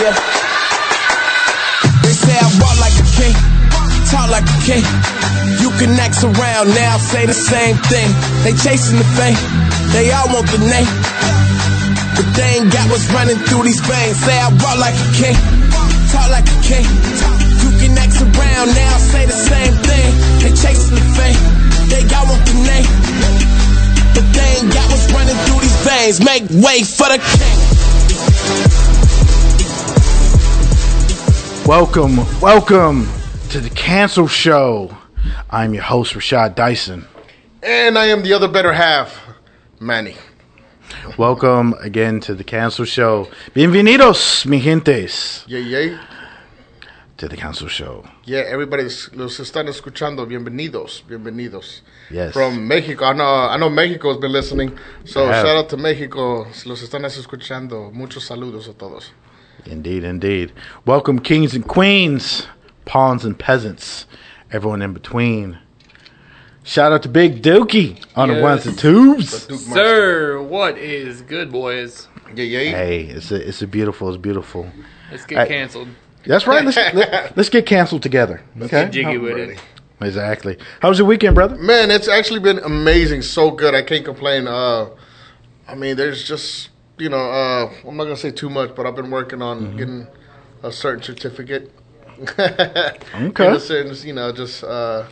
Yeah. They say I walk like a king, talk like a king. You can act around now, say the same thing. They chasing the fame, they all want the name. But they ain't got what's running through these veins. Say I walk like a king, talk like a king. You can act around now, say the same thing. They chasing the fame, they all want the name. But they ain't got what's running through these veins. Make way for the king. Welcome, welcome to the Cancel Show. I'm your host, Rashad Dyson. And I am the other better half, Manny. Welcome again to the Cancel Show. Bienvenidos, mi gentes, Yeah, yeah. to the Cancel Show. Yeah, everybody's los están escuchando. Bienvenidos, bienvenidos. Yes. From Mexico. I know I know Mexico's been listening. So They have. shout out to Mexico. Los están escuchando. Muchos saludos a todos. Indeed, indeed. Welcome, kings and queens, pawns and peasants, everyone in between. Shout out to Big Dookie on the Yes. ones and twos. Duke Sir, what is good, boys? Yeah, yeah. Hey, it's a, it's a beautiful, it's beautiful. Let's Hey. get canceled. That's right. Let's, let, let's get canceled together. Get Okay. jiggy with ready. it. Exactly. How was your weekend, brother? Man, it's actually been amazing. So good. I can't complain. Uh, I mean, there's just, you know, uh, I'm not going to say too much, but I've been working on Mm-hmm. getting a certain certificate. Okay. In a sense, you know, just, uh,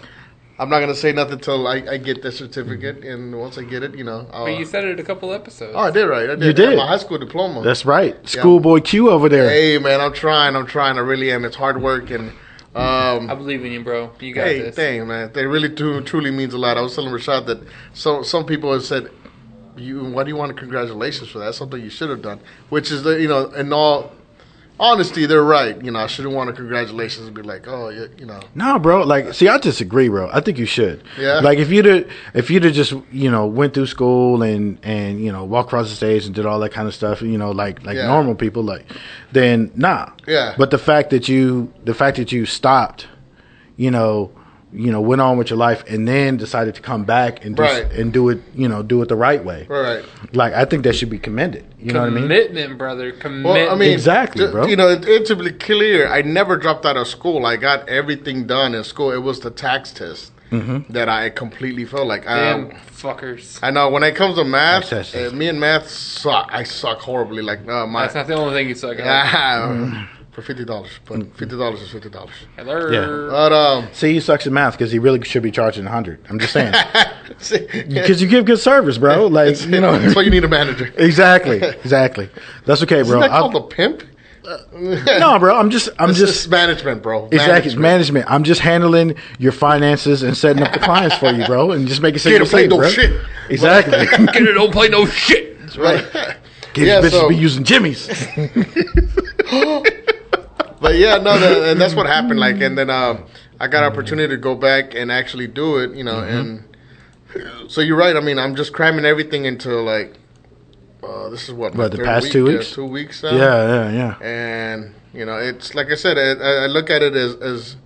I'm not going to say nothing till I, I get the certificate. Mm-hmm. And once I get it, you know. I'll, But you said it a couple episodes. oh, I did, right? I did. You did. Yeah, my high school diploma. That's right. Schoolboy Q over there. hey, man, I'm trying. I'm trying. I really am. It's hard work. And, um, I believe in you, bro. You got Hey, this. dang man, that really do, truly means a lot. I was telling Rashad that some some people have said, "You, why do you want congratulations for that? That's something you should have done." Which is the you know, in all honesty, they're right. You know, I shouldn't want a congratulations and be like, "Oh, you, you know." No, bro. Like, see, I disagree, bro. I think you should. Yeah. Like, if you'd have- if you'd have just you know went through school and and you know walked across the stage and did all that kind of stuff, you know, like like Yeah. normal people, like, then nah. Yeah. But the fact that you the fact that you stopped, you know, you know, went on with your life and then decided to come back and do, s- Right. and do it, you know, do it the right way. Right. Like, I think that should be commended. You know what I mean? Commitment, brother. Commitment. Well, I mean, Exactly, ju- bro. You know, it, it to be clear, I never dropped out of school. I got everything done in school. It was the tax test Mm-hmm. that I completely felt like. Damn I, fuckers. I know when it comes to math, Tax uh, test. me and math suck. I suck horribly. Like uh, my That's not the only thing you suck at. Yeah, Ah, for fifty dollars, but fifty dollars is fifty dollars. Hello. But um, See, he sucks at math because he really should be charging a hundred. I'm just saying see, because you give good service, bro. Like, you know, that's why you need a manager. Isn't Exactly. Exactly. That's okay, bro. that I'll- called a pimp? no, bro. I'm just. I'm It's just. just management, bro. Exactly, Management. management. I'm just handling your finances and setting up the clients for you, bro, and just making sure Get you're a plate, safe, no bro. shit. Exactly. Get it. Don't play no shit. Right. These Yeah, bitches so- be using Jimmy's. but yeah, no, the, and that's what happened. Like, and then um, I got opportunity to go back and actually do it, you know. Mm-hmm. And so you're right. I mean, I'm just cramming everything into like uh, this is what my What, the third past week, two uh, weeks? two weeks Yeah, now. yeah, yeah. and you know it's like i said i, I- I look at it as, as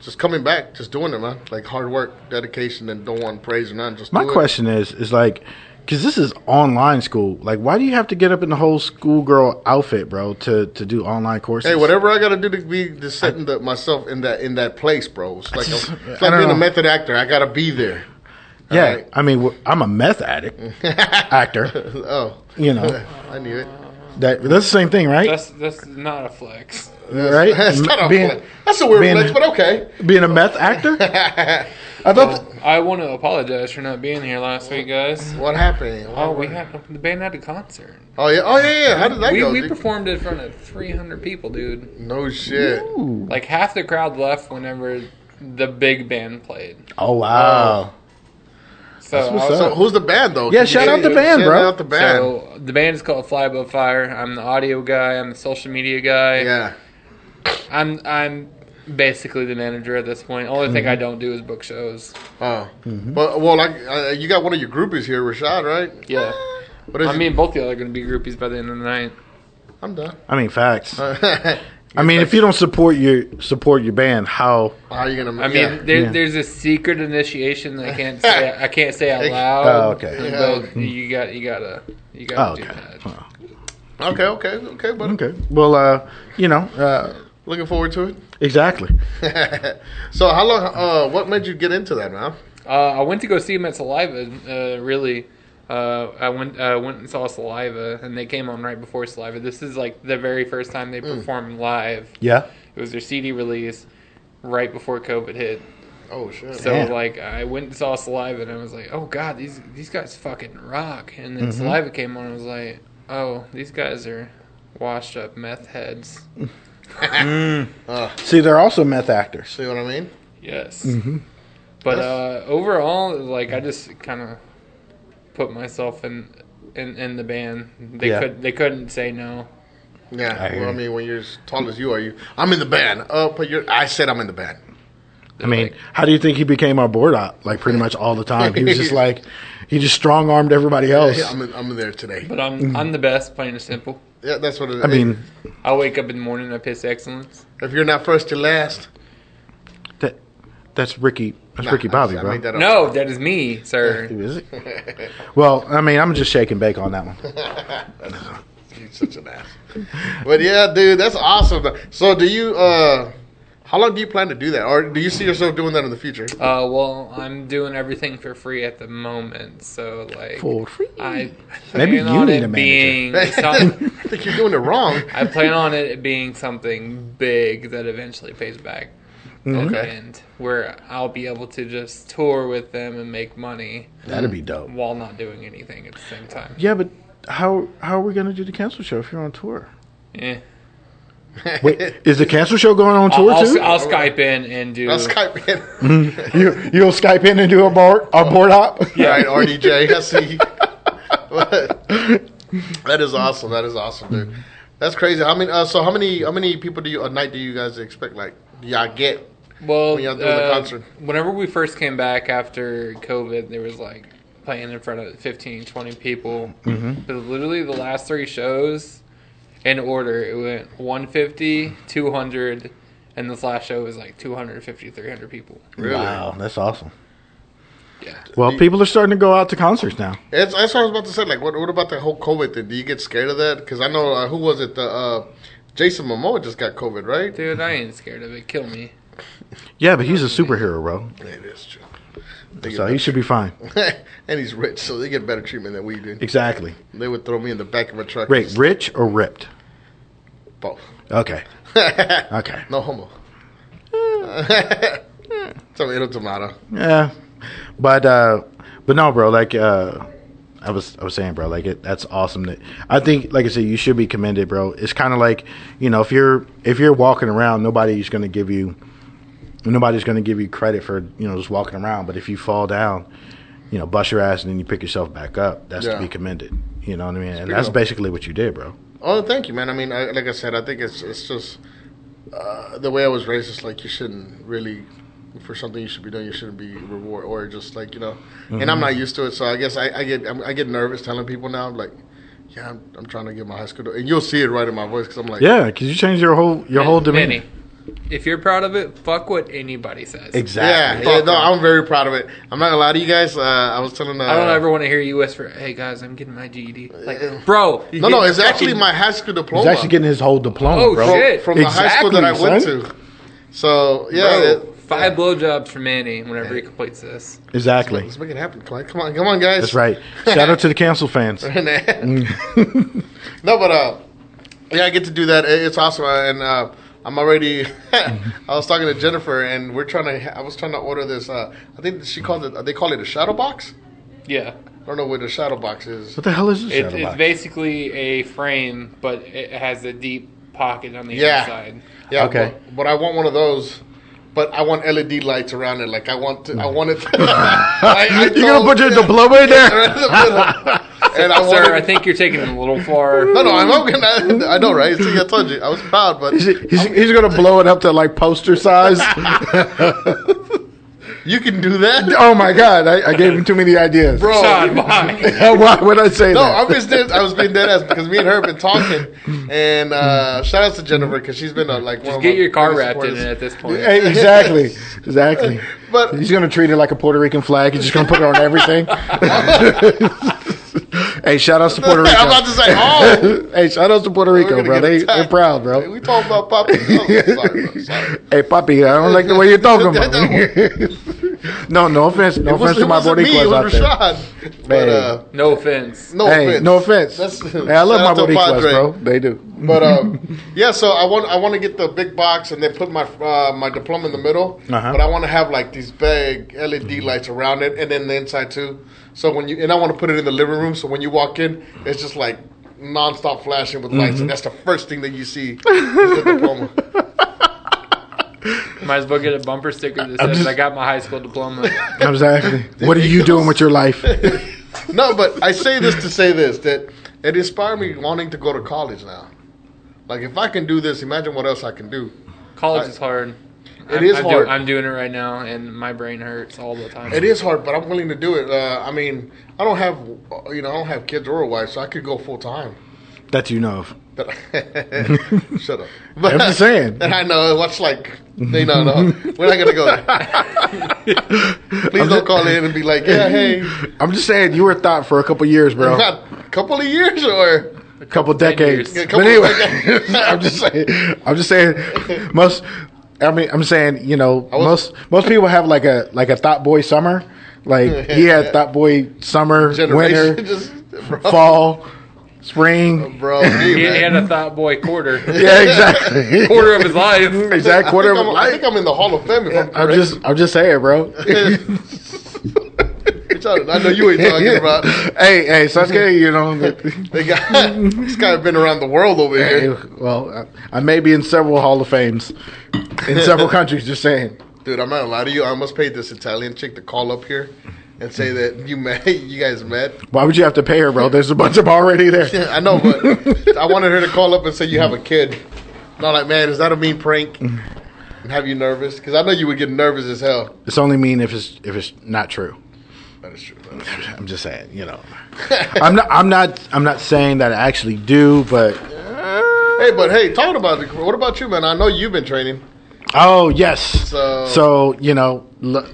just coming back just doing it man like hard work dedication and don't want praise or none just My do it. question is, is like, because this is online school. Like, why do you have to get up in the whole schoolgirl outfit, bro, to to do online courses? hey whatever i gotta do to be to set in the, myself in that in that place bro it's like, just- a, it's I like don't being a know. method actor i gotta be there Yeah, Alright. I mean, wh- I'm a meth addict, actor. oh You know i knew it that that's the same thing, right? That's that's not a flex. right? that's, not a Being- flex. that's a weird being- flex but okay Being a meth actor? I thought. I want to apologize for not being here last week, guys. what happened Oh, we had the band had a concert. oh yeah oh yeah yeah how did that We, go we dude? performed in front of 300 people, dude. no shit Like half the crowd left whenever the big band played. Oh wow! So, That's what's I was- up. so who's the band though Yeah, Can you shout out say- the band, shout bro. out the band so the band is called Fly Above Fire. I'm the audio guy. I'm the social media guy. yeah I'm I'm basically the manager at this point. Only thing Mm-hmm. I don't do is book shows. Oh, but well, like uh, you got one of your groupies here, Rashad, right? Yeah. What is I it? mean, both y'all are going to be groupies by the end of the night. I'm done. I mean, facts. How I mean, if you don't support your support your band, how? oh, are you gonna? I mean, yeah. there, Yeah. there's a secret initiation that I can't say. I can't say out Oh, loud. okay. But you got you gotta you gotta Oh, do okay. that. Well, Okay, okay, okay, but Okay. Well, uh, you know, uh, looking forward to it. exactly. so how long? Uh, what made you get into that, man? Uh, I went to go see him at Saliva. Uh, really, uh, I went uh, went and saw Saliva, and they came on right before Saliva. This is like the very first time they Mm. performed live. Yeah. It was their CD release right before COVID hit. Oh shit! So Damn. like I went and saw Saliva, and I was like, oh god, these these guys fucking rock. And Mm-hmm. then Saliva came on, and I was like, oh, these guys are washed up meth heads. See, they're also meth actors. See what I mean? Yes. Mm-hmm. But uh, overall, like I just kind of put myself in, in in the band. They Yeah. could they couldn't say no. Yeah. I hear well, I you. mean, when you're as tall as you are, you I'm in the band. Oh, but you're. I said I'm in the band. I mean, how do you think he became our board op? Like pretty much all the time. He was just like, he just strong armed everybody else. Yeah, I'm in, I'm in there today. But I'm Mm-hmm. I'm the best, plain and simple. Yeah, that's what it is. I mean, I wake up in the morning, I piss excellence. if you're not first, you're last. that that's Ricky. That's Nah, Ricky I- Bobby, I bro. made that up. No, that is me, sir. Who Oh. is it? Well, I mean, I'm just shaking bake on that one. You're such an ass. But yeah, dude, that's awesome. though. So, do you? uh How long do you plan to do that, or do you see yourself doing that in the future? Uh, well, I'm doing everything for free at the moment, so like For free. I Maybe plan you on need it a manager. being I some- think you're doing it wrong. I plan on it being something big that eventually pays back. Mm-hmm. Okay. And where I'll be able to just tour with them and make money That'd be dope. while not doing anything at the same time. Yeah, but how how are we gonna do the cancel show if you're on tour? Eh. Wait, is the cancel show going on tour I'll, I'll, too? I'll Skype in and do. I'll Skype in. you you'll Skype in and do a board a board op. All right, RDJ. I see. that is awesome. That is awesome, dude. That's crazy. How many? Uh, so how many? How many people do you a night do you guys expect? Like, do y'all get? well, when y'all doing the uh, concert. whenever we first came back after COVID, there was like playing in front of 15, 20 people. Mm-hmm. But literally the last three shows in order, it went 150, 200, and this last show was like 250, 300 people. Really? Wow, that's awesome. Yeah. Well, people are starting to go out to concerts now. It's, that's what I was about to say. Like, what? What about the whole COVID thing? Do you get scared of that? Because I know uh, who was it? The uh, Jason Momoa just got COVID, right? Dude, I ain't scared of it. Kill me. Yeah, but he's a superhero, bro. It is true. So he should be fine. and he's rich, so they get better treatment than we do. Exactly. They would throw me in the back of a truck. Wait, rich or ripped? Both. Okay. Okay. No homo. tomato, tomato. Yeah, Eh, but uh, but no, bro. Like uh, I was I was saying, bro. Like it, that's awesome. That I think, like I said, you should be commended, bro. It's kind of like you know, if you're if you're walking around, nobody's gonna give you nobody's gonna give you credit for you know just walking around. But if you fall down, you know, bust your ass and then you pick yourself back up. That's Yeah. to be commended. You know what I mean? And Speaking that's of- basically what you did, bro. Oh, thank you, man. I mean, I, like I said, I think it's it's just uh, the way I was raised. It's like you shouldn't really for something you should be doing. You shouldn't be reward or just like you know. And Mm-hmm. I'm not used to it, so I guess I, I get I'm, I get nervous telling people now. I'm like, yeah, I'm, I'm trying to get my high school, and you'll see it right in my voice because I'm like, Yeah, because you changed your whole your whole demeanor. Manny, if you're proud of it, fuck what anybody says. yeah, Exactly. yeah. No, I'm very proud of it. I'm not gonna lie to you guys. Uh, I was telling. Uh, I don't ever want to hear you whisper, "Hey guys, I'm getting my GED." Like, bro, you No, no, get it's actually fucking- my high school diploma. He's actually getting his whole diploma, Oh, bro. from, shit. from the high school that I Exactly, went son. to. So yeah, bro, it- five blowjobs for Manny whenever he completes this. Exactly. let's make it happen, Clyde. Come on, come on, guys. That's right. Shout out to the cancel fans. Mm. no, but uh, yeah, I get to do that. It- It's awesome, uh, and uh, I'm already. Mm-hmm. I was talking to Jennifer, and we're trying to. I was trying to order this. Uh, I think she called it. They call it a shadow box. Yeah, I don't know what a shadow box is. What the hell is this? it, shadow it's box? basically a frame, but it has a deep pocket on the Yeah. inside. Yeah. Okay. But, but I want one of those. But I want LED lights around it. Like I want. To, I want it. I, I You gonna told- put your diploma in there? Right in the middle. and I want. Sir, I think you're taking it a little far. no, no, I'm, I'm gonna. I know, right? See, I told you, I was proud, but He's, he's, he's gonna blow it up to like poster size. you can do that. oh my god, I, I gave him too many ideas. Bro. Sean, why? Why would I say No, that? I'm just dead, I was being dead ass because me and her have been talking, and uh, shout out to Jennifer because she's been uh, like one Just of get my your car biggest wrapped in it supporters. at this point. Hey, exactly, exactly. But- he's gonna treat it like a Puerto Rican flag. He's just gonna put it on everything. Hey, shout outs to Puerto Rico. I'm about to say, oh. hey, shout outs to Puerto We're Rico, gonna bro. get They, attacked. they're proud, bro. Hey, we talking about Papa. Oh, sorry, bro. Sorry. Hey, Poppy, I don't like the way you're talking about me. no, no offense. No It was- offense to it my wasn't me, Boricuas It out was there. Rashad. But, uh, No offense. no hey, offense. no offense. That's- hey, I love shout my out to Boricuas, Padre. bro. They do. But um, yeah, so I want I want to get the big box and then put my uh, my diploma in the middle. Uh-huh. But I want to have like these big LED lights around it and then the inside too. So when you and I want to put it in the living room. So when you walk in, it's just like nonstop flashing with lights, and that's the first thing that you see is the diploma. Might as well get a bumper sticker that I'm says just- I got my high school diploma. Exactly. what are you doing with your life? No, but I say this to say this that it inspired me wanting to go to college now. Like if I can do this, imagine what else I can do. College is hard. It It is is hard. I'm doing it right now, and my brain hurts all the time. It is hard, but I'm willing to do it. Uh, I mean, I don't have uh, you know I don't have kids or a wife, so I could go full time. that you know of. But shut up. But, I'm just saying. And I know what's like. They no no. We're not gonna go. There. Please don't call in and be like, yeah, hey, I'm just saying, you were a thought for a couple years, bro. A a couple of years or couple decades. years. Yeah, couple but anyway, decades. I'm just saying. I'm just saying. Most. I mean, I'm saying, you know, was- most most people have like a like a thought boy summer. Like he had thought boy summer, generation. winter, Just bro, fall, spring. bro. hey, He, he man. had a thought boy quarter, Yeah, exactly. quarter of his life. exact quarter of I think, I'm, I life. think I'm in the Hall of Fame. If I'm, I'm correct. just, I'm just saying, bro. Which I, I know you ain't talking about. hey, hey, Sasuke, you know. They got this guy been around the world over Hey, here, well, I, I may be in several Hall of Fames in several countries. Just saying. dude. I'm not gonna lie to you. I almost paid this Italian chick to call up here and say that you met, you guys met. Why would you have to pay her, bro? There's a bunch of 'em already there. I know, but I wanted her to call up and say you have a kid. And I'm like, man, is that a mean prank? And have you nervous? Because I know you would get nervous as hell. It's only mean if it's if it's not true. That is true. I'm just saying, you know. I'm not, I'm not, I'm not saying that I actually do, but Hey, but hey, talking about it, what about you, man? I know you've been training. Oh yes. So- So, you know, l-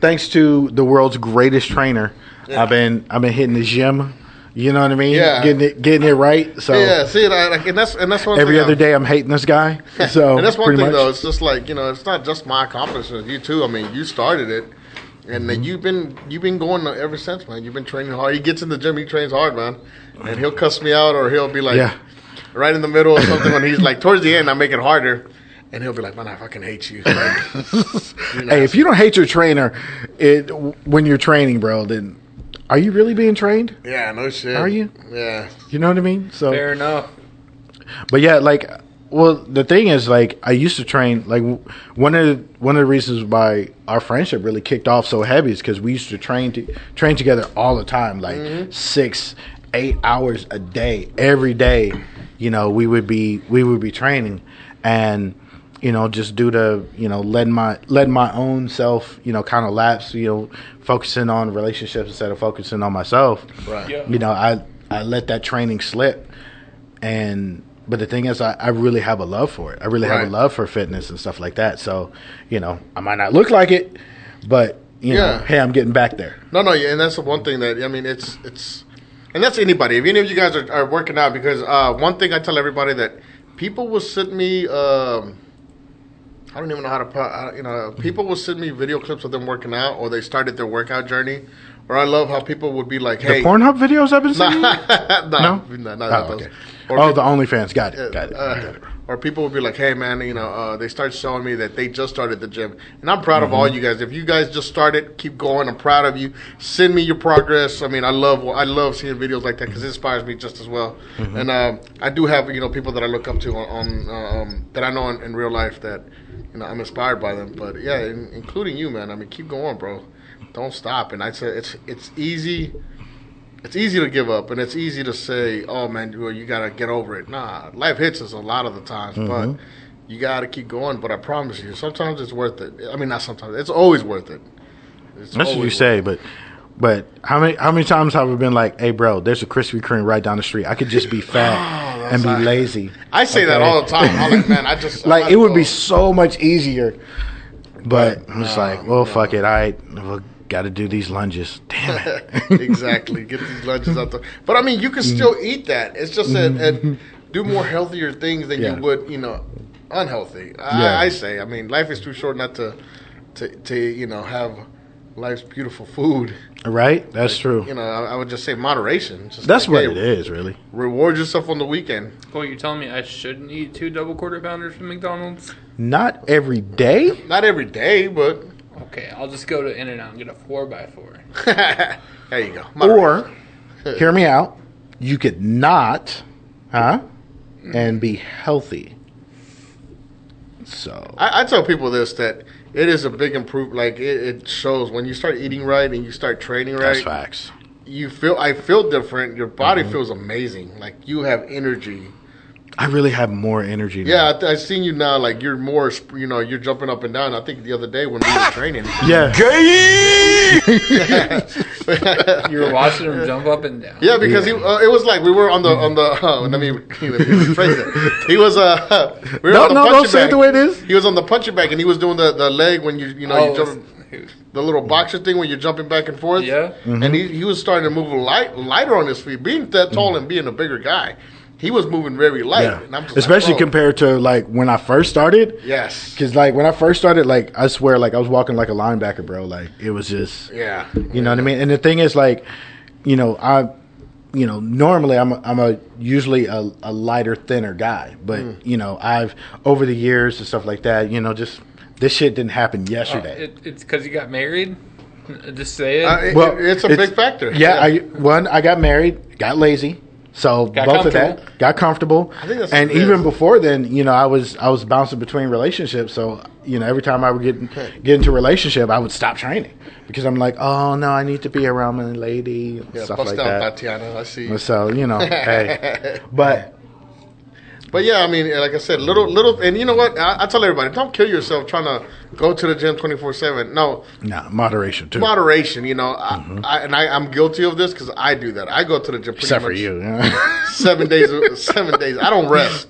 thanks to the world's greatest trainer, I've been I've been hitting the gym. You know what I mean? Yeah. Getting it getting it right. So Yeah, see, and, I, like, and that's and that's one Oh. every thing other I'm- day I'm hating this guy. So and that's one pretty thing much. though. It's just like you know, it's not just my accomplishment. You too. I mean, you started it, and Mm-hmm. then you've been you've been going ever since, man. You've been training hard. He gets in the gym, he trains hard, man, and he'll cuss me out or he'll be like, Yeah. right in the middle or something. when he's like towards the end, I make it harder, and he'll be like, man, I fucking hate you. Like, you know, Hey, if you don't hate your trainer, it when you're training, bro, then are you really being trained? yeah, no shit. Are you? Yeah. You know what I mean? So Fair enough. But yeah, like, well, the thing is, like, I used to train. Like, w- one of the, one of the reasons why our friendship really kicked off so heavy is because we used to train to train together all the time, like six, eight hours a day, every day. You know, we would be we would be training, and you know, just due to you know letting my letting my own self, you know, kind of lapse, you know, focusing on relationships instead of focusing on myself. Right. Yeah. You know, I I let that training slip and but the thing is I, I really have a love for it i really have Right. a love for fitness and stuff like that so you know i might not look like it but you Yeah. know hey i'm getting back there No, no, yeah, and that's the one thing that I mean, it's it's, and that's anybody. If any of you guys are, are working out, because uh, one thing I tell everybody that people will send me, um, I don't even know how to, pro- I- you know, people will send me video clips of them working out, or they started their workout journey, or I love how people would be like, hey, the pornhub videos i've been nah, seeing no nah, nah, nah, oh, not those. okay. Or oh peop- the onlyfans got it got it, uh, got it. or people would be like, "Hey, man, you know, uh, they start showing me that they just started the gym, and I'm proud of Mm-hmm. all you guys. If you guys just started, keep going. I'm proud of you. Send me your progress. I mean, I love I love seeing videos like that because it inspires me just as well. Mm-hmm. And um, I do have you know people that I look up to on, on um, that I know in, in real life that you know I'm inspired by them. But yeah, in, including you, man. I mean, keep going, bro. Don't stop. And I said it's it's easy it's easy to give up and it's easy to say, "Oh man, you, you gotta get over it." Nah, life hits us a lot of the times, Mm-hmm. but you gotta keep going. But I promise you, sometimes it's worth it. I mean, not sometimes; it's always worth it. It's that's always what you worth say but but how many how many times have we been like hey bro there's a krispy kreme right down the street i could just be fat and be lazy it. Oh, I say that Okay. all the time. I'm like, man, I just like I it would be go- so much easier but i'm just like well fuck it i well, Got to do these lunges. Damn it. exactly. Get these lunches out the. But I mean, you can still Mm-hmm. eat that. It's just that and do more healthier things than Yeah. you would, you know, unhealthy. I, Yeah. I say. I mean, life is too short not to, to, to you know, have life's beautiful food. Right? That's true. You know, I, I would just say moderation. Just That's like, what hey, it is, really. Reward yourself on the weekend. Well, you're telling me I shouldn't eat two double quarter pounders from McDonald's? Not every day. Not every day, but Okay, I'll just go to In and Out and get a four by four. there you go. Or, hear me out. You could not, huh? And be healthy. So, I, I tell people this that it is a big improvement. Like it, it shows when you start eating right and you start training right. that's Mm-hmm. facts. you feel I feel different. Your body feels amazing. Like you have energy. I really have more energy. now. Yeah, I, th- I seen you now. Like you're more. sp- You know, you're jumping up and down. I think the other day when we were training, Yeah. You were watching him jump up and down. yeah, because He, uh, it was like we were on the on the. Uh, let me let me rephrase it. He was uh. We were No, on the no, punching don't say it bag. the way it is. He was on the punching bag and he was doing the, the leg when you you know Oh, you jump it's- the little boxer thing when you're jumping back and forth. Yeah. Mm-hmm. And he, he was starting to move light lighter on his feet, being that tall and being a bigger guy. He was moving very light, Mm-hmm. Yeah. and I'm just like, Especially "Bro." compared to like when I first started. Yes. Cause like when I first started, like I swear, like I was walking like a linebacker, bro. Like it was just, Yeah. You know what I mean? And the thing is, like, you know, I, you know, normally I'm a, I'm a usually a, a lighter, thinner guy, but Mm. you know, I've over the years and stuff like that, you know, just this shit didn't happen Oh, yesterday. It, it's because you got married? Just say it. Uh, it- well, it's a big factor. Yeah, I one I got married, got lazy, so Got both of comfortable. that got comfortable. I think that's and what it even is. before then, you know, I was I was bouncing between relationships, so you know, every time I would get get into a relationship, I would stop training because I'm like, oh no, I need to be around my lady and Yeah, stuff bust like down that. Tatiana. I see. So you know, hey, but But yeah, I mean, eh, like I said, little, little, and you know what? I, I tell everybody, don't kill yourself trying to go to the gym twenty four seven. No, nah, moderation too. moderation. You know, I, I, and I, I'm guilty of this because I do that. I go to the gym Mm-hmm. pretty Except for much you, yeah. seven days, seven days. I don't rest.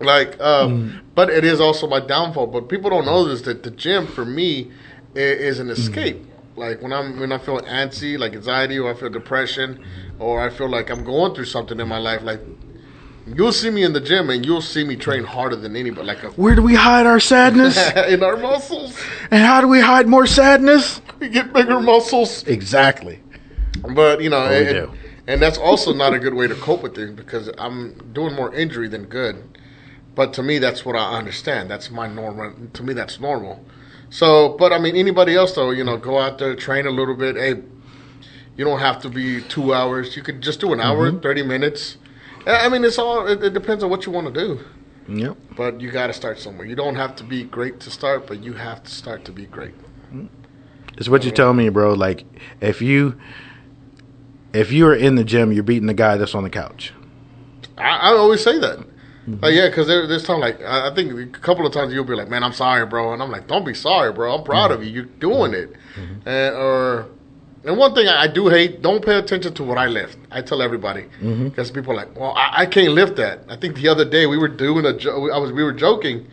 Like, um, but it is also my downfall. But people don't know this that the gym for me i- is an escape. Like when I'm when I feel antsy, like anxiety, or I feel depression, or I feel like I'm going through something in my life, like. You'll see me in the gym, and you'll see me train harder than anybody. Like a, where do we hide our sadness, in our muscles, and how do we hide more sadness? we get bigger muscles. Exactly. But you know, Oh, we and, do. and that's also not a good way to cope with things because I'm doing more injury than good. But to me, that's what I understand. That's my normal. To me, that's normal. So, but I mean, anybody else though, you know, go out there, train a little bit. Hey, you don't have to be two hours. You could just do an hour, Mm-hmm. thirty minutes. I I mean, it's all. It, it depends on what you want to do. Yep. But you got to start somewhere. You don't have to be great to start, but you have to start to be great. It's what you tell me, bro. Like if you if you are in the gym, you're beating the guy that's on the couch. I, I always say that. Like, yeah, because there, there's time like I I think a couple of times you'll be like, "Man, I'm sorry, bro," and I'm like, "Don't be sorry, bro. I'm proud of you. You're doing it." And, or and one thing I, I do hate: don't pay attention to what I lift. I tell everybody because people are like, "Well, I, I can't lift that." I think the other day we were doing a jo- I was we were joking.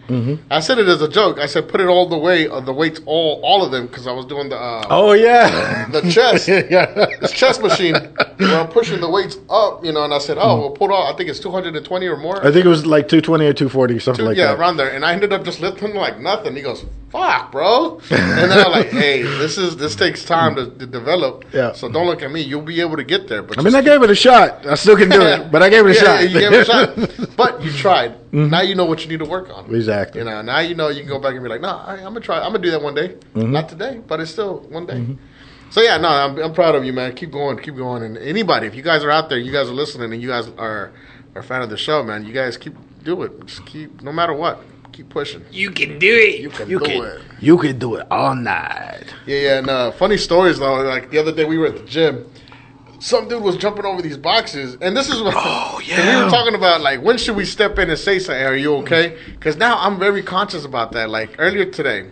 I said it as a joke. I said, "Put it all the way, uh, the weights all all of them," because I was doing the uh, Oh yeah. the chest yeah. this chest machine where I'm pushing the weights up, you know, and I said, oh, well, pull off. I think it's 220 or more. I think it was like 220 or 240 something like yeah, that. around there. And I ended up just lifting like nothing. He goes, fuck, bro. And then I'm like, hey, this is this takes time to, to develop. Yeah. So don't look at me. You'll be able to get there. But I mean, I gave it a shot. I still can do it, but I gave it a shot. Mm-hmm. you gave it a shot. But you tried. Now you know what you need to work on. Exactly. You know, now you know you can go back and be like, no, I, I'm gonna try. I'm gonna do that one day. Not today, but it's still one day. So yeah, no, I'm, I'm proud of you, man. Keep going, keep going. And anybody, if you guys are out there, you guys are listening, and you guys are are a fan of the show, man. You guys keep do it. Just keep, no matter what, keep pushing. you can do it. You can you do can it. you can do it all night. Yeah, yeah. And uh, funny stories though. Like the other day, we were at the gym. Some dude was jumping over these boxes, and this is what Oh, 'cause we yeah. Mm. were talking about. Like, when should we step in and say something? Are you okay? Because now I'm very conscious about that. Like earlier today,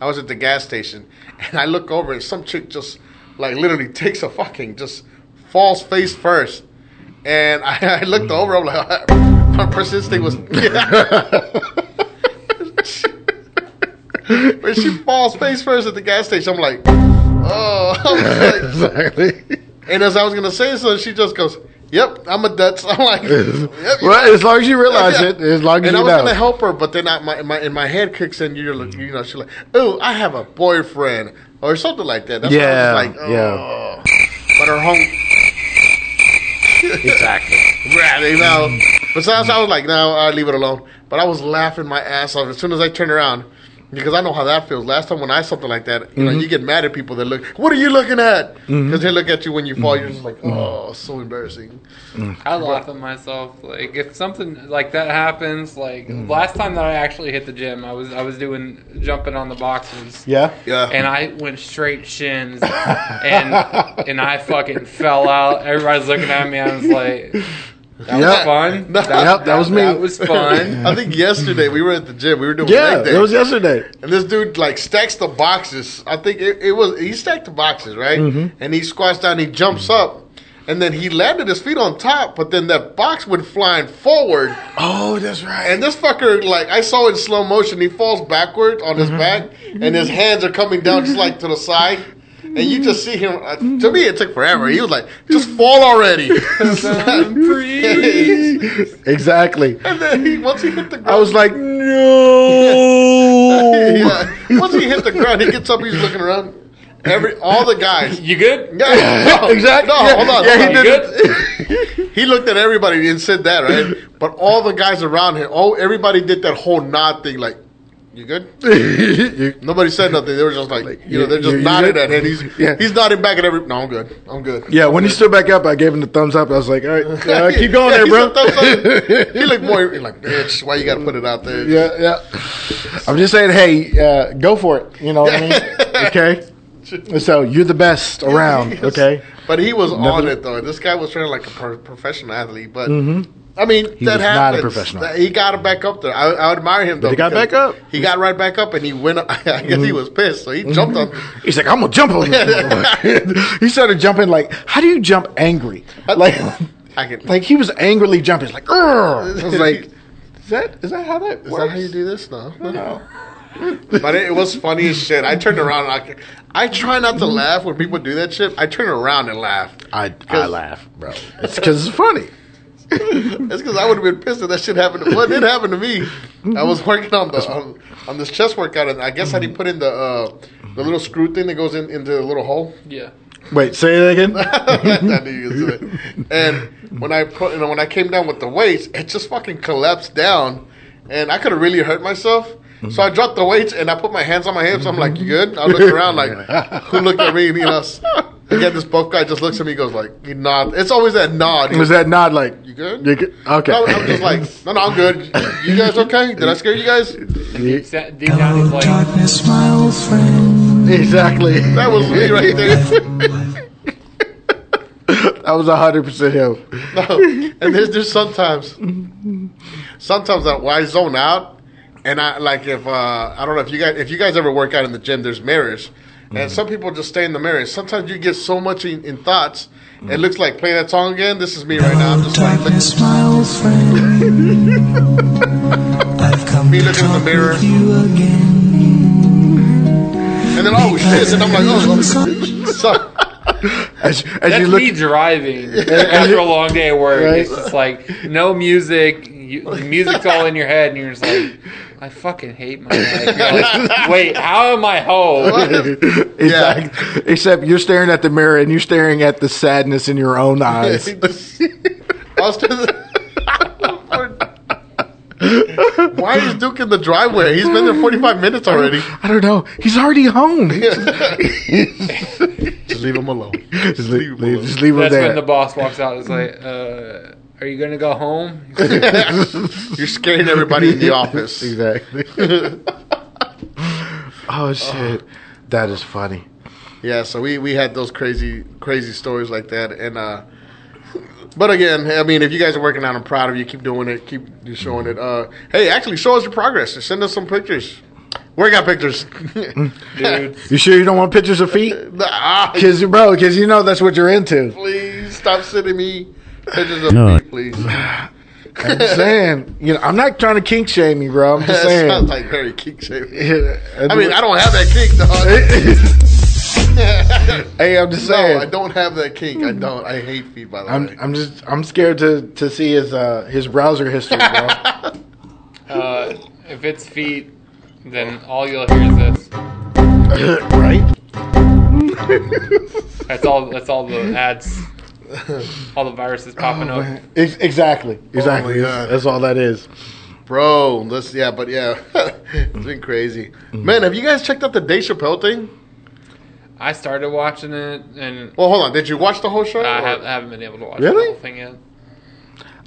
I was at the gas station, and I look over, and some chick just like literally takes a fucking just falls face first, and I, I looked over. I'm like, my first instinct was. When she falls face first at the gas station, I'm like, oh, I was like, exactly. and as I was gonna say so, she just goes, "Yep, I'm a Dutz." I'm like, "Yep." you're well, as long as you realize Yeah. it, as long as and I you was know. gonna help her, but then I, my, my in my head kicks in. You're like- you know she's like, oh, I have a boyfriend or something like that. That's Yeah, why I was like, oh. yeah. But her home, exactly. rather now. Besides, I was like, no, I leave it alone. But I was laughing my ass off as soon as I turned around because I know how that feels. Last time when I something like that, you know, Mm-hmm. you get mad at people that look. What are you looking at? Because they look at you when you fall. You're just Mm-hmm. like, oh, so embarrassing. I laugh at myself. Like if something like that happens, like Mm. last time that I actually hit the gym, I was I was doing jumping on the boxes. Yeah. Yeah. And I went straight shins, and and I fucking fell out. Everybody's looking at me. I was like, "That was Yep. fun. Yep, that was me. That was fun." I think yesterday we were at the gym. We were doing Yeah, leg day. it was yesterday. And this dude like stacks the boxes. I think it, it was he stacked the boxes, right? Mm-hmm. And he squats down, he jumps up, and then he landed his feet on top, but then that box went flying forward. Oh, that's right. And this fucker, like I saw in slow motion, he falls backward on Mm-hmm. his back, and his hands are coming down just like to the side. And you just see him. uh, To me, it took forever. He was like, "Just fall already!" I'm free. exactly. and then he, once he hit the ground, I was like, no. yeah. Once he hit the ground, he gets up. He's looking around. Every all the guys. You good? Yeah, no, Exactly. No, Yeah, hold on. yeah, hold he on. You did good? He looked at everybody and said that, right? But all the guys around him, all everybody did that whole nod thing, like, "You good?" You- Nobody said nothing. They were just like, you know, you- they're just you- you nodding good? at him. He's Yeah. he's nodding back at every. No, I'm good. I'm good. yeah, when he stood back up, I gave him the thumbs up. I was like, all right, uh, keep going Yeah, there, he bro. said thumbs up. he looked more he like, bitch. Why you got to put it out there? yeah, yeah. I'm just saying, hey, uh, go for it. You know what I mean? Okay. So you're the best around. Yes. Okay. But he was on Nothing- it though. This guy was training like a pro- professional athlete, but I mean that Mm-hmm. was not a happens. professional. That- He got back up there. I, I admire him though. he got because back up. Mm-hmm. He got right back up and he went. Up. I guess he was pissed, so he jumped up. He's like, I'm gonna jump on this. he started jumping like, how do you jump angry? Like, I can. like he was angrily jumping. He's like, Urgh. I was like, is that is that how that is that how you do this? No, no. but it, it was funny as shit. I turned around. And I, I try not to laugh when people do that shit. I turn around and laugh. I, I laugh, bro. It's because it's funny. That's because I would have been pissed if that shit happened. To, what did happen to me? I was working on the on, on this chest workout, and I guess I didn't put in the uh, the little screw thing that goes in into the little hole. Yeah. Wait, say that again. I knew you was doing it. And when I put, you know, when I came down with the weights, it just fucking collapsed down, and I could have really hurt myself. So I dropped the weights and I put my hands on my hips. I'm like, "You good?" I look around like, "Who looked at me?" And you know, again, this buff guy just looks at me, goes like, "He nod." It's always that nod. Was that nod like? You good? You good? Okay. No, I'm just like, no, no, I'm good. You guys okay? Did I scare you guys? Deep, sa- deep down, he's like, Darkness, my old friend. exactly. That was me right there. That was hundred percent him. No. And there's just sometimes, sometimes I, well, I zone out, and I like if uh, I don't know if you guys if you guys ever work out in the gym, there's mirrors, and some people just stay in the mirror. Sometimes you get so much in, in thoughts. It looks like play that song again. This is me right now. I'm just like look, Darkness, my old friend. I've come Me to looking in the talk mirror. with you again. and then oh shit, and I'm like oh. So, As, as that's you look, me driving after a long day at work. Right. It's just like no music. You, the music's all in your head, and you're just like, I fucking hate my life. You're like, Wait, how am I home? exactly. Except you're staring at the mirror and you're staring at the sadness in your own eyes. Why is Duke in the driveway? He's been there 45 minutes already. I don't know. He's already home. Just leave him alone. just leave, leave- just leave him That's when the there. boss walks out. and is like, uh, Are you gonna go home? He's like, You're scaring everybody in the office. exactly. oh shit, that is funny. Yeah, so we, we had those crazy crazy stories like that, and uh, but again, I mean, if you guys are working out, I'm proud of you. Keep doing it. Keep you showing it. Uh, hey, actually, show us your progress and send us some pictures. Workout pictures. Dude, You sure you don't want pictures of feet? Ah, Cause bro, cause you know that's what you're into. please stop sending me pictures of No. me, please. I'm just saying, you know, I'm not trying to kink shame you, bro. I'm just That saying. sounds like very kink shaming. Yeah, I mean, I don't have that kink, dog. don't. Hey, I'm just No, saying. I don't have that kink. I don't. I hate feet. By the I'm, way, I'm just I'm scared to to see his uh his browser history, bro. Uh, if it's feet, then all you'll hear is this. right? That's all. That's all the ads. All the viruses popping Oh, up. Ex- exactly. Exactly. Oh God. that's, that's all that is. bro. This, yeah, but yeah, it's been crazy. Man, have you guys checked out the Dave Chappelle thing? I started watching it, and Well, hold on. Did you watch the whole show? I, or- have, I haven't been able to watch Really? the whole thing yet.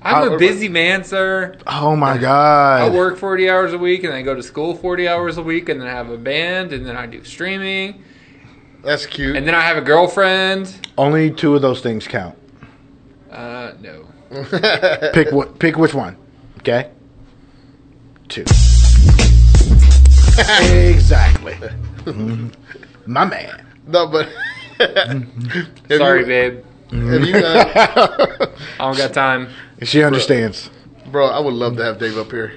I'm I- a busy man, sir. Oh my I god. work 40 hours a week, and then go to school 40 hours a week, and then I have a band, and then I do streaming, That's cute. and then I have a girlfriend. Only two of those things count. Uh, no. Uh, Pick what pick which one. Okay? Two. exactly. Mhm. My man. no, but Have Sorry, you- babe. Have you, uh, I don't got time. She understands. bro? I would love to have Dave up here.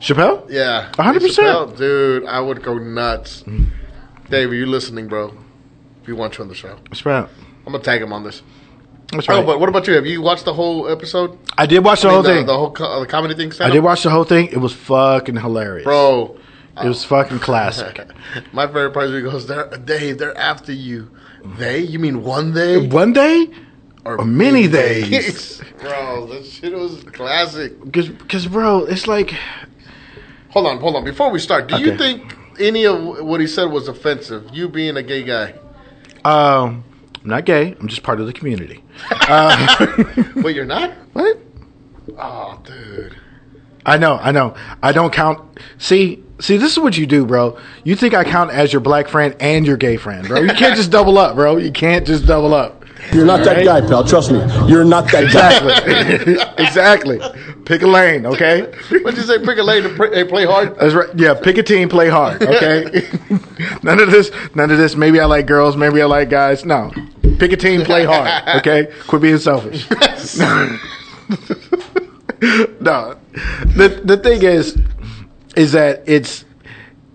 Chappelle? Yeah, A hundred Dave percent. Chappelle, dude. I would go nuts. Dave, are you listening, bro? We want you on the show. That's right. I'm gonna tag him on this. That's Oh, right. but what about you? Have you watched the whole episode? I did watch the I mean, whole the, thing. the whole co- uh, the comedy thing. I stand-up? did watch the whole thing. It was fucking hilarious. bro. It was fucking classic. My favorite part is when he goes, "They're Dave. They're after you. They? You mean one they One day, or, or many they?" days. bro? That shit was classic. because bro, it's like Hold on, hold on. Before we start, do you Okay. think any of what he said was offensive? You being a gay guy. Um, I'm not gay. I'm just part of the community. Wait, you're not? What? Oh, dude. I know. I know. I don't count. See, see, this is what you do, bro. You think I count as your black friend and your gay friend, bro? You can't just double up, bro. You can't just double up. You're not that guy, pal. Trust me. You're not that guy. Exactly. exactly. Pick a lane, okay? What'd you say? Pick a lane and pr- and play hard. That's right. Yeah, pick a team, play hard, okay? none of this. None of this. Maybe I like girls. Maybe I like guys. No. Pick a team, play hard, okay? Quit being selfish. no. The the thing is, is that it's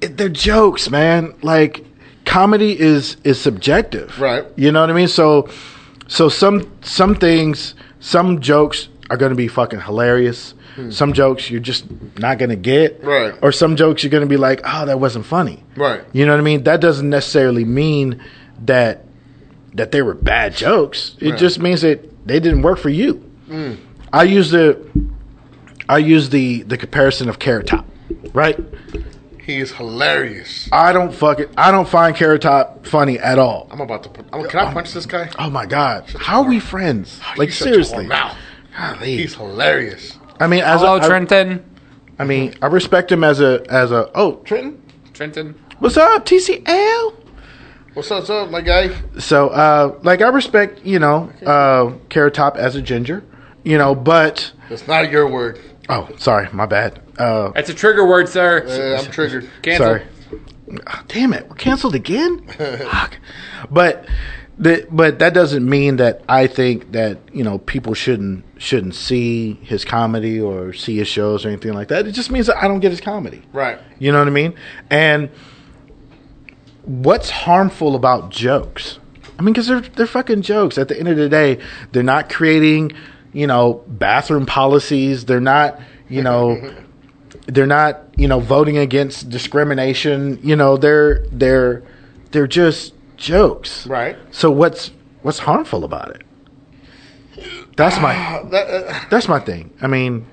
it, they're jokes, man. Like comedy is is subjective, Right. You know what I mean. So so some some things, some jokes are going to be fucking hilarious. Some jokes you're just not going to get, Hmm. Right. Or some jokes you're going to be like, oh, that wasn't funny, Right. You know what I mean. That doesn't necessarily mean that that they were bad jokes. It Right. just means that they didn't work for you. I use the I use the the comparison of Carrot Top, right? He is hilarious. I don't fuck it. I don't find Carrot Top funny at all. I'm about to. Put, I'm, can I punch this guy? Oh, Oh my god, how are we friends? Like You shut seriously, your mouth. Golly. He's hilarious. I mean, as Hello, a, I- Trenton. I mean, I respect him as a as a. Oh, Trenton, Trenton. what's up, TCL? What's up, what's up, my guy? So, uh, like, I respect you know uh, Carrot Top as a ginger, you know, but That's not your word. oh, sorry, my bad. Uh, That's a trigger word, Uh, sir. I'm triggered. Cancel. Sorry. Ah, damn it, we're canceled again. Fuck. But the, but that doesn't mean that I think that you know people shouldn't shouldn't see his comedy or see his shows or anything like that. It just means that I don't get his comedy. Right. You know what I mean? And what's harmful about jokes? I mean, because they're they're fucking jokes. At the end of the day, they're not creating, you know, bathroom policies. They're not, you know, they're not, you know, voting against discrimination. You know, they're they're they're just jokes. Right. So what's what's harmful about it? That's my That, uh, that's my thing. I mean,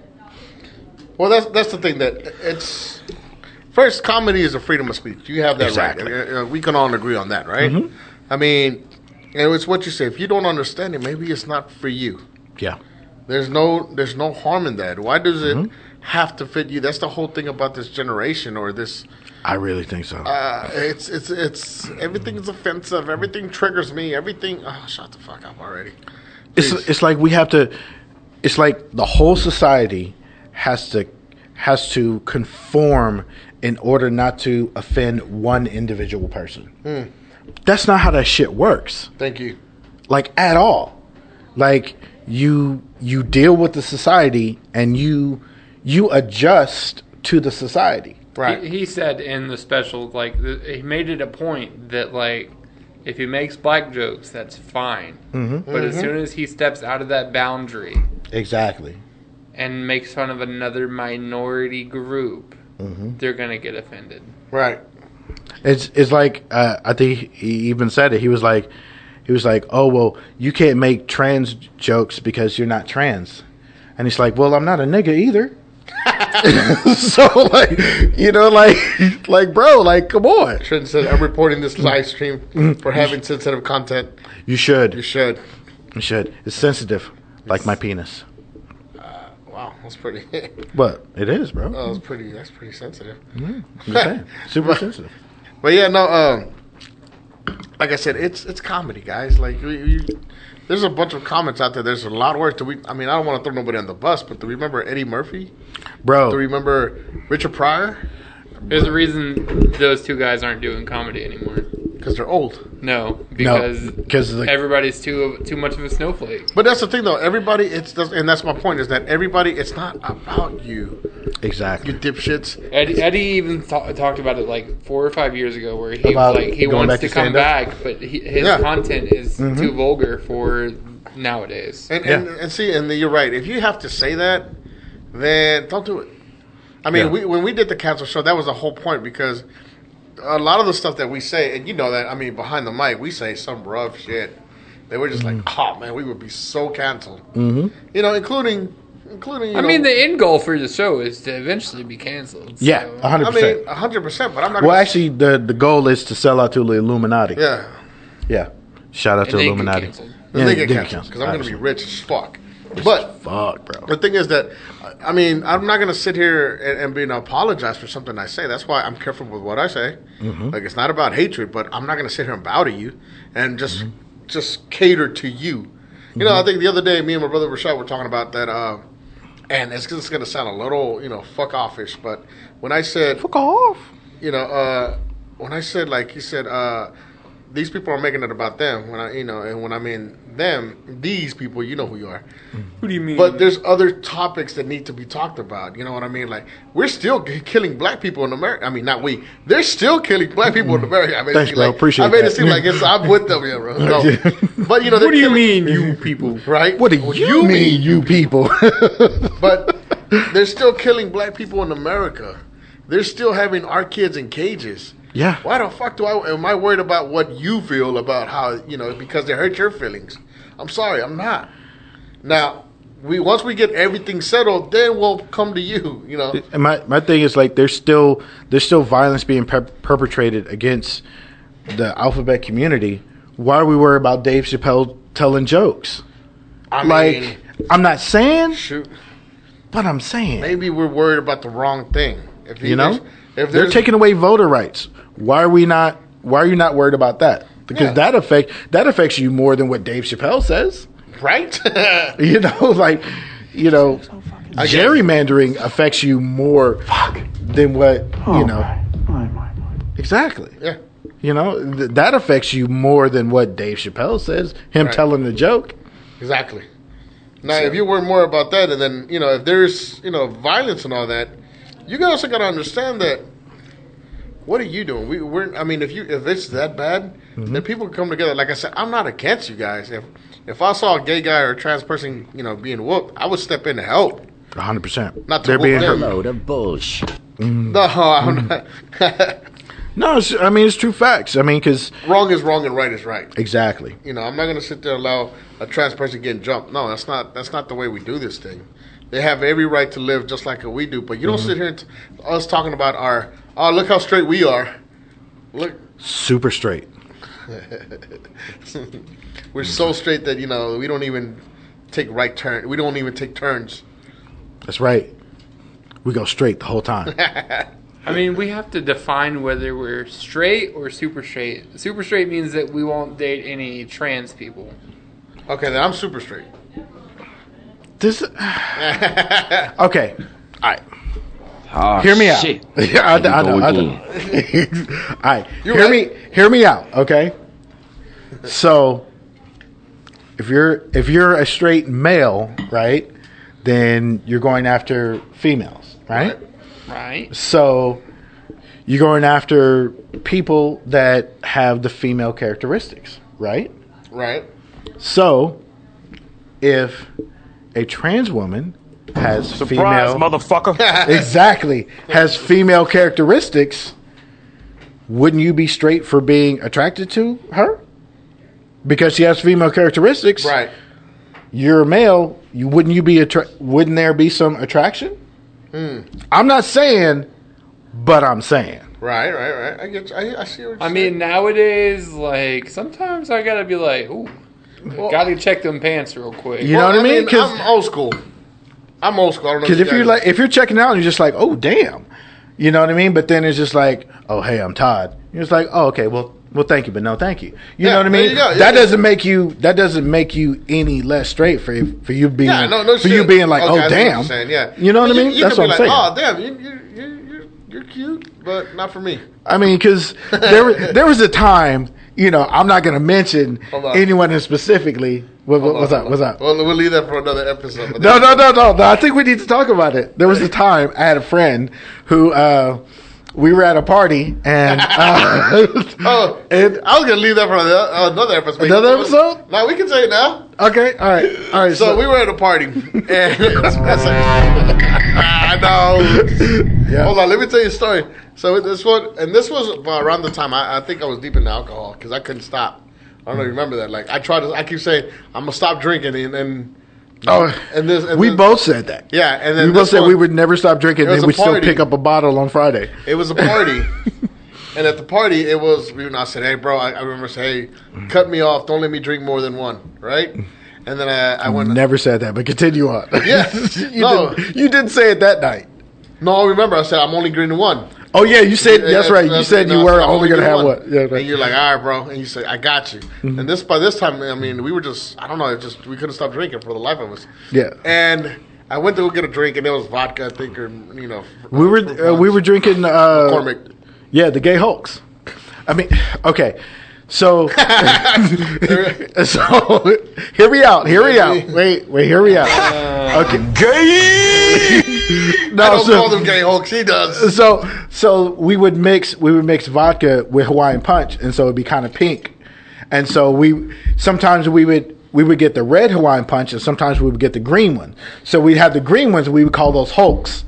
well, that's that's the thing that it's. First, comedy is a freedom of speech. You have that Exactly. Mm-hmm. right. Uh, uh, We can all agree on that, right? I mean, and it's what you say. If you don't understand it, maybe it's not for you. yeah. There's no there's no harm in that. Why does it have to fit you? That's the whole thing about this generation or this. I really think so. Uh, it's it's it's everything's offensive. Everything triggers me. Everything. Oh, shut the fuck up already. it's Jeez. it's like we have to it's like the whole society has to has to conform in order not to offend one individual person. That's not how that shit works. Thank you. Like at all. Like you you deal with the society and you you adjust to the society. Right. He, he said in the special, like th- he made it a point that like If he makes black jokes, that's fine. Mm-hmm. But as soon as he steps out of that boundary Exactly. and makes fun of another minority group, Mm-hmm. they're gonna get offended. Right. It's it's like uh, I think he even said it. He was like, he was like, oh well, you can't make trans jokes because you're not trans, and he's like, well, I'm not a nigga either. so like, you know, like, like, bro, like, come on, Trent said, I'm reporting this live stream for having sensitive content. you should, You should. you should. It's sensitive, like my penis. Wow, that's pretty. that But it is, bro. was pretty. That's pretty sensitive. I'm just saying. Super sensitive. But yeah, no. Um, like I said, it's it's comedy, guys. Like we, we, there's a bunch of comments out there. There's a lot of work. Do we? I mean, I don't want to throw nobody on the bus, but do we remember Eddie Murphy? bro. Do we remember Richard Pryor? There's a reason those two guys aren't doing comedy anymore. Because they're old. No, because 'cause the- everybody's too too much of a snowflake. But that's the thing, though. Everybody, it's that's- and that's my point is that everybody. It's not about you, you exactly. dipshits. Eddie, Eddie even tho- talked about it like four or five years ago, where he About was like he going wants back to to come stand-up? Mm-hmm. back, but he, his Yeah. content is too vulgar for nowadays. And, and Yeah. and see, and you're right. If you have to say that, then don't do it. I mean, Yeah. we when we did the cancel show, that was the whole point because a lot of the stuff that we say, and you know that. I mean, behind the mic, we say some rough shit. They were just Mm-hmm. like, "Oh man, we would be so canceled." Mm-hmm. You know, including including. You I mean, know, the end goal for the show is to eventually be canceled. so- Yeah, a hundred I mean, percent. hundred percent. But I'm not. Well, gonna- actually, the the goal is to sell out to the Illuminati. yeah. Yeah. Shout out And to they get Illuminati. canceled. Yeah, they they get canceled because I'm going to be rich as fuck. But Fuck, bro. the thing is that, I mean, I'm not going to sit here and, and be an apologize for something I say. That's why I'm careful with what I say. Mm-hmm. Like it's not about hatred, but I'm not going to sit here and bow to you and just just cater to you. You Mm-hmm. know, I think the other day, me and my brother Rashad were talking about that, uh, and it's, it's going to sound a little, you know, fuck offish. But when I said Fuck off. you know, uh, when I said like he said, uh, these people are making it about them. When I, you know, and when I mean them, these people, you know who you are. What do you mean? But there's other topics that need to be talked about. You know what I mean? Like we're still c- killing black people in America. I mean, not we. They're still killing black people in America. I made it Thanks, seem bro. like- Appreciate I made it that. seem like it's I'm with them, yeah, bro. No. But you know, they're what do you killing- mean, you people? Right? Oh, What do you, mean, you people? But they're still killing black people in America. They're still having our kids in cages. Yeah. Why the fuck do I am I worried about what you feel about how you know because they hurt your feelings? I'm sorry, I'm not. Now we once we get everything settled, then we'll come to you. You know, and my, my thing is like there's still there's still violence being per- perpetrated against the alphabet community. Why are we worried about Dave Chappelle telling jokes? I Like mean, I'm not saying, shoot, but I'm saying. maybe we're worried about the wrong thing. If You know, they're if there's- taking away voter rights. Why are we not? Why are you not worried about that? Because Yeah. that affect that affects you more than what Dave Chappelle says. right, You know, like you know, I guess. gerrymandering affects you more than what you know. Exactly. yeah, You know th- that affects you more than what Dave Chappelle says. Him Right. telling the joke. exactly. Now, if you worry more about that, and then you know, if there's you know violence and all that, you guys also got to understand that. What are you doing? We, we're. I mean, if you if it's that bad, Mm-hmm. then people come together. Like I said, I'm not against you guys. If if I saw a gay guy or a trans person, you know, being whooped, I would step in to help. 100. percent Not to they're whoop being them. hurt. Load of bullshit. No, Mm. I'm not. No, it's, I mean it's true facts. I mean because wrong is wrong and right is right. exactly. You know, I'm not going to sit there and allow a trans person getting jumped. No, that's not that's not the way we do this thing. They have every right to live just like we do. But you Mm-hmm. don't sit here and t- us talking about our oh look how straight we are. Look, Super straight. we're so Mm-hmm. straight that you know we don't even take right turn. We don't even take turns. That's right. We go straight the whole time. I mean, we have to define whether we're straight or super straight. Super straight means that we won't date any trans people. Okay, then I'm super straight. This. okay. All right. Ah, Hear me out. shit. Yeah, I, I know. I know. All right. hear me. Hear me out. Okay. So, if you're if you're a straight male, right, then you're going after females, right? Right? So, you're going after people that have the female characteristics, right? right? So, if a trans woman has Surprise, female motherfucker. exactly has female characteristics, wouldn't you be straight for being attracted to her? Because she has female characteristics, Right. You're a male. You wouldn't you be attra- wouldn't there be some attraction? I'm not saying, but I'm saying. Right, right, right. I get. You. I, I see. What you're I saying. mean, nowadays, like sometimes I gotta be like, ooh, gotta check them pants real quick. You know what I mean? Because I'm old school. I'm old school. I don't know Because if you you're guys- like, if you're checking out, and you're just like, oh damn, you know what I mean. But then it's just like, oh hey, I'm Todd. You're just like, oh okay, well, well, thank you, but no, thank you. You Yeah, know what I there mean? you go. Yeah, that yeah. doesn't make you. That doesn't make you any less straight for you, for you being yeah, no, no for shit. you being like, Okay, I see oh what you're damn, saying, yeah. You know what I mean? You, you That's could what I'm be saying. like, Oh damn, you you you you you're cute, but not for me. I mean, because there was- there was a time. You know, I'm not going to mention Hold on. anyone in specifically. What, what, what's up? What's up? Well, we'll leave that for another episode. but No, that- no, no, no, no. I think we need to talk about it. There was a time I had a friend who uh, we were at a party and uh, Oh, and I was gonna leave that for another, another episode. Another episode? No, we can say it now. okay, all right, all right. So, we were at a party, and that's, that's it. I know. Yeah. Hold on, let me tell you a story. So this one, and this was about around the time I, I think I was deep in alcohol because I couldn't stop. I don't know, if you remember that? Like I tried to, I keep saying I'm gonna stop drinking, and and, oh, and this, and we this- both said that. yeah, and then we both this said one- we would never stop drinking, It was and a we still party. pick up a bottle on Friday. It was a party. and at the party, it was, we and I said, hey, bro, I, I remember saying, hey, cut me off. Don't let me drink more than one, right? And then I, I went, Never said that, but continue on. Yeah. you, No. didn't, you didn't say it that night. no, I remember, I said, I'm only drinking one. Oh yeah, you said that's right. You that's- said and you I were said, "I'm only gonna have one. drinking Yeah, right. Mm-hmm. And you're like, all right, bro. And you said, I got you. And this, by this time, I mean, we were just, I don't know, it just, we couldn't stop drinking for the life of us. Yeah. And I went to go get a drink, and it was vodka, I think, or, you know. we were uh, we were drinking. Uh, McCormick. Yeah, the gay hulks. I mean, okay. So, so hear me out. Hear me out. Wait, wait. Hear me out. Okay. Gay. no, Uh, I don't so, call them gay hulks. He does. so so we would mix we would mix vodka with Hawaiian punch, and so it'd be kind of pink. And so we sometimes we would we would get the red Hawaiian punch, and sometimes we would get the green one. So we'd have the green ones. We would call those hulks,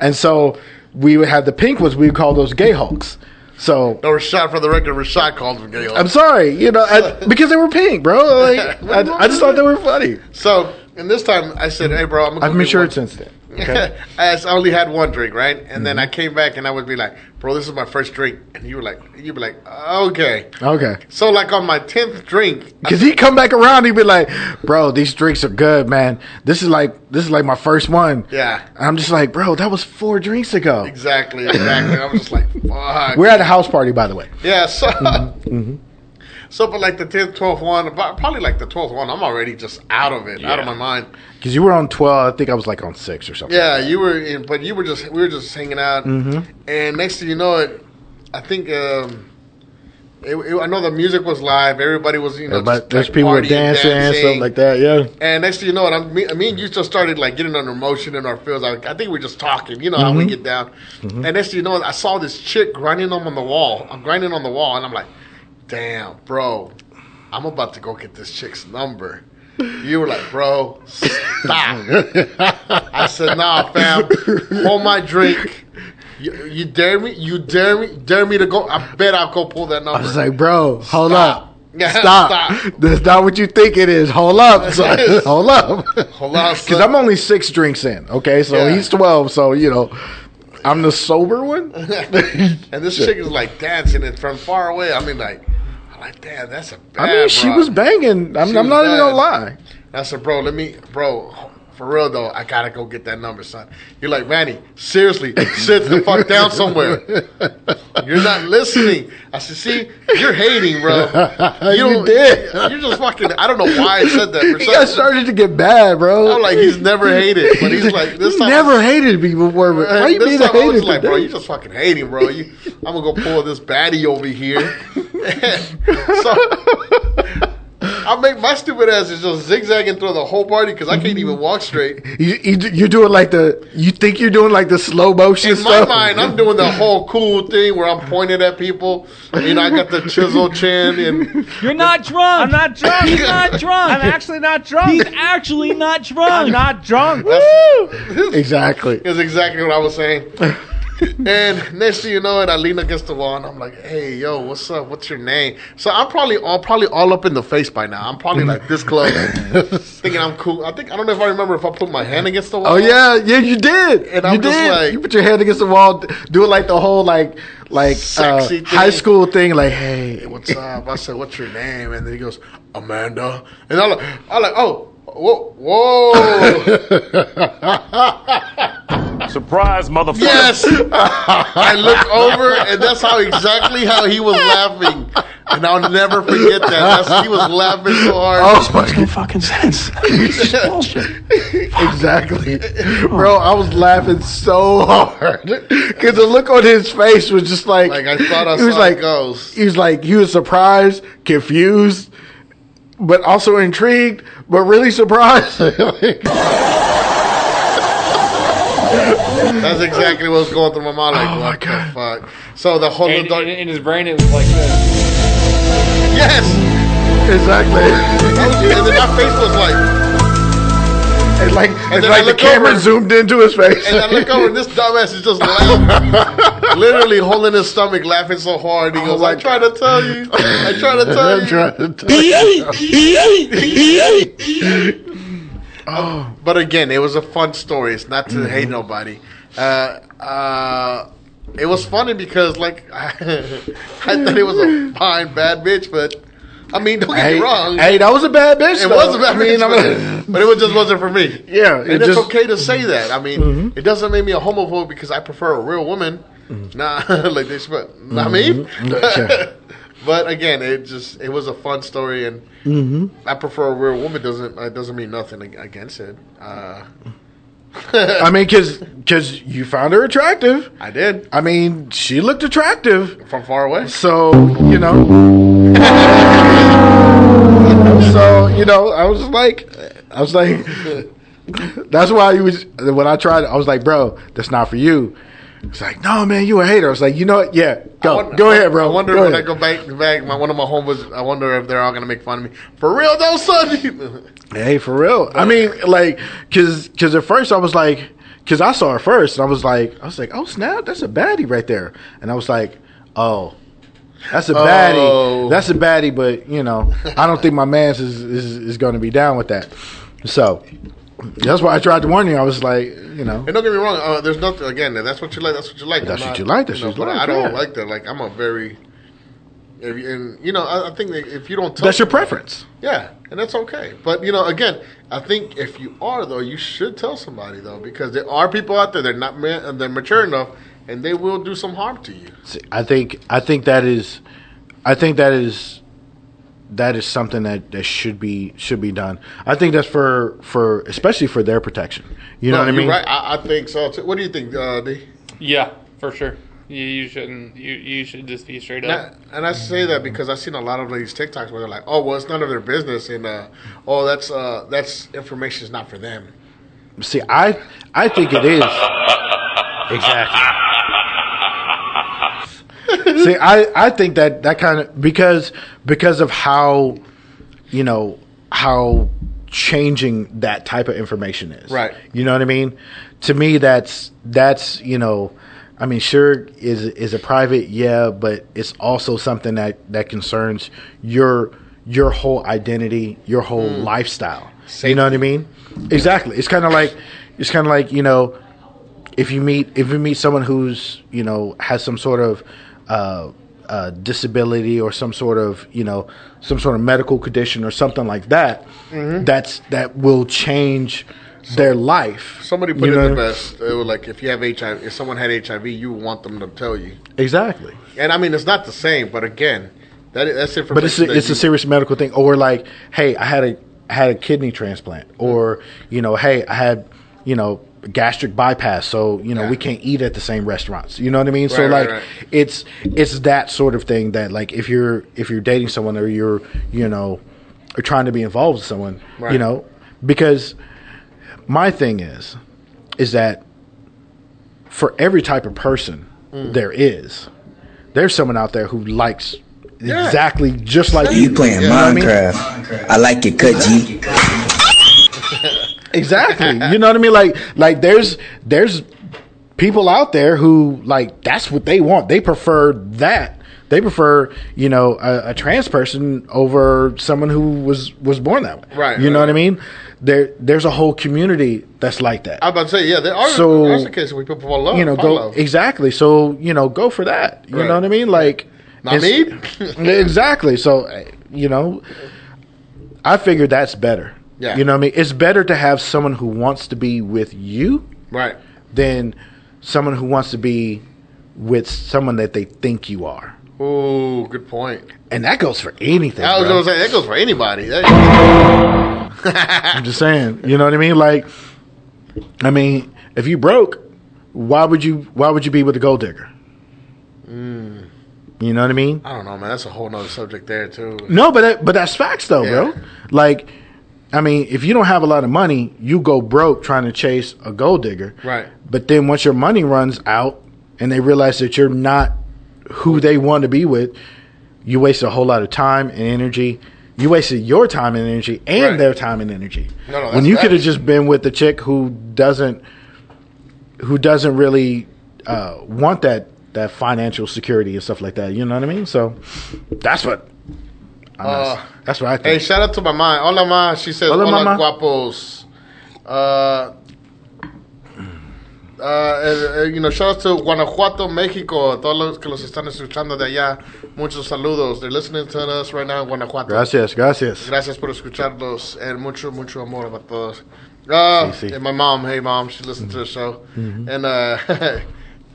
and so we would have the pink ones. We would call those gay hulks. So No, Rashad, for the record, Rashad called them gay hulks. I'm sorry, you know, I, because they were pink, bro. Like I, I just thought they were funny. So, and this time I said, "Hey, bro, I'm gonna I've go made get sure one." it's instant. I s- only had one drink, right? And then I came back and I would be like, "Bro, this is my first drink," and you were like, "You be like, okay." Okay. So, like on my tenth drink, I- Cause he come back around, he'd be like, "Bro, these drinks are good, man. This is like this is like my first one." Yeah. And I'm just like, "Bro, that was four drinks ago." exactly, exactly. I was just like, "Fuck." We're at a house party, by the way. Yeah, so so but like the tenth, twelfth one, about, probably like the twelfth one, I'm already just out of it, out of my mind. Cause you were on twelve, I think I was like on six or something. Yeah, you were, in, but you were just we were just hanging out, Mm-hmm. and next thing you know it, I think um, it, it- I know the music was live. Everybody was you know, Everybody- just, there's like, people were partying, dancing, something like that. Yeah. And next thing you know it, I'm, me, me and you just started like getting under emotion in our feels. I, I think we are just talking, you know, how we Mm-hmm. get down. And next thing you know it, I saw this chick grinding on, on the wall. I'm grinding on the wall, and I'm like, damn, bro, I'm about to go get this chick's number. You were like, bro, stop. I said, "Nah, fam, hold my drink. You, you dare me? You dare me? Dare me to go? I bet I'll go pull that number." I was like, "Bro, hold Stop. up, Yeah, stop. stop. That's not what you think it is. Hold up, son. hold up, Hold on, Cause son. I'm only six drinks in. Okay, so Yeah. he's twelve. So you know, I'm the sober one. and this chick is like dancing and from far away. I mean, like, I'm like, damn, that's a bad. I mean, she broad." was banging. I'm, She I'm was not even bad. gonna lie. I said, bro, let me, bro, for real though, I gotta go get that number, son. You're like, Manny, seriously, sit the fuck down somewhere. You're not listening. I said, see, you're hating, bro. You did. You're just fucking. I don't know why I said that. For He got some, started to get bad, bro. I'm like, he's never hated, but he's like, this He time never hated me before. But why you this being a time I hater was like, today? bro, you just fucking hating, bro. You, I'm gonna go pull this baddie over here. so I make my stupid ass is just zigzag and throw the whole party because I can't even walk straight. You, you do- you're doing like the you think you're doing like the slow motion In my stuff. mind, I'm doing the whole cool thing where I'm pointing at people. You know, I got the chisel chin and You're not drunk. I'm not drunk. He's not drunk. I'm actually not drunk. He's actually not drunk. I'm not drunk. exactly. is exactly what I was saying. and next thing you know it, I lean against the wall and I'm like, "Hey, yo, what's up? What's your name?" So I'm probably all probably all up in the face by now. I'm probably like this close, thinking I'm cool. I think I don't know if I remember if I put my hand against the wall. Oh yeah, yeah, you did. And you I'm did. just like- you put your hand against the wall, d- doing like the whole like like uh, Sexy thing. high school thing. Like hey, what's up? I said, what's your name? And then he goes, Amanda. And I'm like, I'm like oh, whoa, whoa. Surprise, motherfucker. yes. I look over, and that's how exactly how he was laughing. And I'll never forget that. That's, he was laughing so hard. Oh my god. fucking sense. exactly, bro. I was laughing so hard because the look on his face was just like Like, I thought I he was saw a like ghost. he was like he was surprised, confused, but also intrigued, but really surprised. That's exactly what was going through my mind. Like, Oh, my what God. the fuck? So the whole In, dark. in, in his brain, it was like this. Yes. exactly. That was- and then my face was like, And like, and then I like the look camera over. zoomed into his face. and I look over, and this dumbass is just laughing, literally holding his stomach, laughing so hard. He goes, Oh my "I try to tell you, I try to tell I'm you." trying to tell you. But again, it was a fun story. It's not to Mm-hmm. hate nobody. Uh, uh, it was funny because, like, I, thought it was a fine bad bitch, but I mean, don't get Hey, me wrong, hey, that was a bad bitch. it though. was a bad I mean, bitch, I'm- but, but it was just wasn't for me. Yeah, it and it's just- Mm-hmm. okay to say that. I mean, it doesn't make me a homophobe because I prefer a real woman. Nah, like this, but not Mm-hmm. me. Sure. But again, it just it was a fun story, and Mm-hmm. I prefer a real woman. Doesn't it doesn't mean nothing ag- against it. Uh, I mean, because because you found her attractive. I did I mean, she looked attractive. from far away. So you know. so you know, I was like, I was like, that's why you was when I tried. I was like, bro, that's not for you. It's like, no, man, you a hater. I was like, you know what? Yeah, go, I wonder- Oh, go ahead, bro. I wonder Go when I ahead. go back back. My, one of my homeboys. I wonder if they're all gonna make fun of me for real though, son. Hey, for real. I mean, like, cause, cause at first I was like, cause I saw her first, and I was like, I was like, oh snap, that's a baddie right there, and I was like, oh, that's a baddie, Oh. that's a baddie, but you know, I don't think my man's is is, is going to be down with that, so that's why I tried to warn you. I was like, you know, and don't get me wrong. Uh, there's nothing again. if That's what you like. That's what you like. That's I'm what you like, that's know, what you but like, I don't yeah. like that. Like I'm a very. If you, and you know, I, I think that if you don't tell that's your preference. Yeah, and that's okay. But you know, again, I think if you are though, you should tell somebody though, because there are people out there they're not ma- they're mature enough, and they will do some harm to you. See, I think I think that is, I think that is, that is something that, that should be should be done. I think that's for for especially for their protection. You know No, what I you're mean? Right? I, I think so. Too. What do you think, uh, D? Yeah, for sure. You, you shouldn't. You, you should just be straight And up. I- and I say that because I've seen a lot of these TikToks where they're like, "Oh, well, it's none of their business," and uh, "Oh, that's uh, that's information is not for them." See, I I think it is exactly. See, I I think that that kind of because because of how you know how changing that type of information is. Right. You know what I mean? To me, that's that's you know. I mean, sure is is a private, yeah, but it's also something that that concerns your your whole identity, your whole lifestyle. You know what I mean? Exactly. It's kind of like it's kind of like you know if you meet if you meet someone who's you know has some sort of uh, uh, disability or some sort of you know some sort of medical condition or something like that, Mm-hmm. that's that will change their life. Somebody put You it know the what I mean? best. It was like if you have HIV, if someone had HIV, you want them to tell you. exactly, And I mean, it's not the same, but again, that that's information. but it's a, that it's you- a serious medical thing. Or like, hey, I had a I had a kidney transplant, Mm-hmm. or you know, hey, I had you know gastric bypass, so you know Yeah. we can't eat at the same restaurants. You know what I mean? so Right, like right, right. it's it's that sort of thing that like if you're if you're dating someone or you're you know or trying to be involved with someone, you Right. know, because my thing is, is that for every type of person Mm. there is, there's someone out there who likes exactly just like You playing know what I mean? Minecraft. I like it cut, G. Exactly. you know what I mean? Like like there's there's people out there who like that's what they want. They prefer that. They prefer, you know, a, a trans person over someone who was was born that way. Right, You know right. what I mean? There there's a whole community that's like that. I'm about to say, yeah, there are So, there's a case where people fall in love. you know, fall go in love. exactly. So, you know, go for that. You Oh, Right. know what I mean? Like Not it's- me. exactly. So, eh, you know, I figured that's better. Yeah. You know what I mean? It's better to have someone who wants to be with you right. than someone who wants to be with someone that they think you are. Oh, good point. And that goes for anything. I was bro. gonna say that goes for anybody. That- I'm just saying. You know what I mean? Like I mean, if you broke, why would you why would you be with a gold digger? Mm. You know what I mean? I don't know, man. That's a whole nother subject there too. No, but that, but that's facts though, Yeah. bro. Like, I mean, if you don't have a lot of money, you go broke trying to chase a gold digger. Right. But then once your money runs out and they realize that you're not who they want to be with, you waste a whole lot of time and energy. You wasted your time and energy and Right. their time and energy. No, no, when that's you facts. could have just been with the chick who doesn't who doesn't really uh, want that that financial security and stuff like that. You know what I mean? So that's what I mean, Uh, that's- that's what I Hey, think. shout out to my mom. Hola, ma. She says, Hola, Hola, mama. guapos. Uh, uh, eh, eh, you know, shout out to Guanajuato, Mexico. A todos los que los están escuchando de allá. Muchos saludos. They're listening to us right now in Guanajuato. gracias, gracias. Gracias por escucharnos. And mucho, mucho amor para todos. Uh, Sí, Mm-hmm. sí. And my mom, hey, mom. She listened to the show. And uh,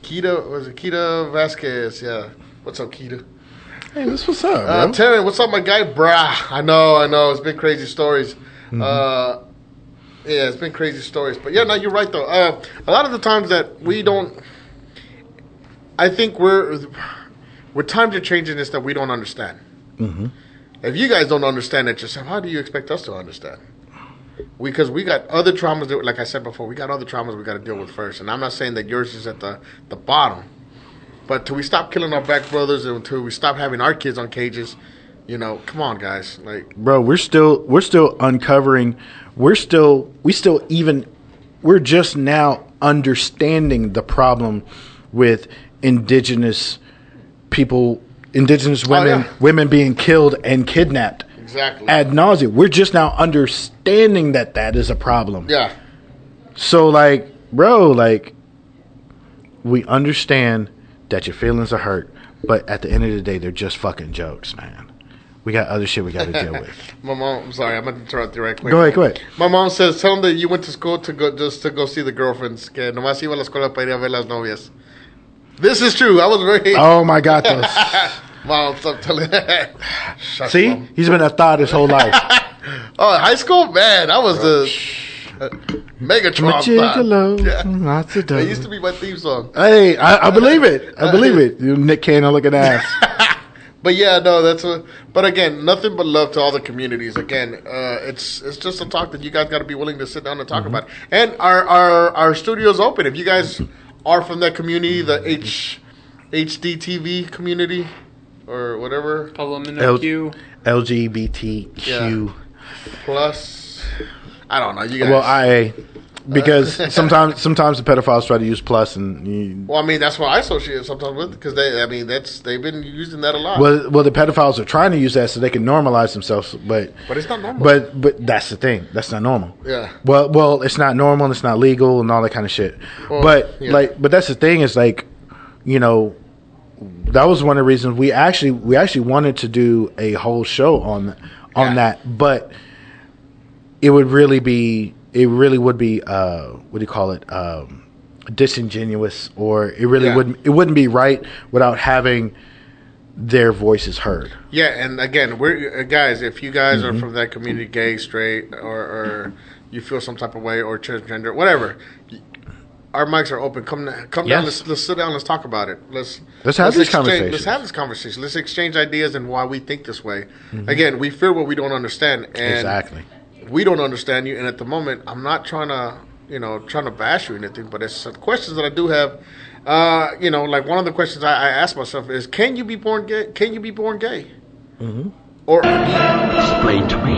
Kita, was it Kita Vasquez? Yeah. What's up, Kita? Hey, this what's up, Uh, bro? Terry, what's up, my guy? Brah. I know, I know. It's been crazy stories. Uh, yeah, it's been crazy stories. But yeah, no, you're right, though. Uh, a lot of the times that we don't. I think we're. With times are changing this that we don't understand. If you guys don't understand it yourself, how do you expect us to understand? Because we got other traumas, that, like I said before, we got other traumas we got to deal with first. And I'm not saying that yours is at the, the bottom. But till we stop killing our black brothers and until we stop having our kids on cages, you know, come on, guys. Like, bro, we're still we're still uncovering. We're still we still even we're just now understanding the problem with indigenous people, indigenous women, yeah. women being killed and kidnapped. Exactly. Ad nauseum. We're just now understanding that that is a problem. yeah, So like, bro, like we understand that your feelings are hurt, but at the end of the day, they're just fucking jokes, man. We got other shit we got to deal with. my mom. I'm sorry, I'm gonna interrupt you right quick. Go ahead, go ahead. My mom says, tell them that you went to school to go just to go see the girlfriends. Que nomás iba a la escuela para ir a ver las novias. This is true. I was very. Oh my god, those. Mom, stop telling. Shut see, up. he's been a thought his whole life. Oh, high school, man. I was Oh, the uh, mega trauma. Machigolo, Yeah. lots of That used dough. to be my theme song. Hey, I, I believe it. I believe it. You Nick Cannon looking ass. But yeah, no, that's a. But again, nothing but love to all the communities. Again, uh, it's it's just a talk that you guys got to be willing to sit down and talk Mm-hmm. about. And our our our studio's open. If you guys are from that community, the H HDTV community or whatever Aluminum L- Q. LGBTQ. plus, I don't know. You guys. Well, I because sometimes sometimes the pedophiles try to use plus and you, Well, I mean, that's what I associate sometimes with because they. I mean, that's they've been using that a lot. Well, well, the pedophiles are trying to use that so they can normalize themselves, but But it's not normal. But but that's the thing. That's not normal. Yeah. Well, well, it's not normal. and It's not legal and all that kind of shit. Well, but yeah. like, but that's the thing is like, you know, that was one of the reasons we actually we actually wanted to do a whole show on on Yeah. that, but it would really be it really would be uh what do you call it um disingenuous or it really Yeah. wouldn't it wouldn't be right without having their voices heard. Yeah, and again, we're uh, guys. If you guys Mm-hmm. are from that community, gay, straight, or, or you feel some type of way, or transgender, whatever, y- our mics are open. Come, come Yes. down. Let's, let's sit down. Let's talk about it. Let's Let's have this exchange- conversation. Let's have this conversation. Let's exchange ideas and why we think this way. Again, we fear what we don't understand, and Mm-hmm. Exactly. we don't understand you. And at the moment, I'm not trying to, you know, trying to bash you or anything, but it's some questions that I do have. Uh, you know, like one of the questions I, I ask myself is, can you be born gay? Can you be born gay? Mm-hmm. Or Explain to me.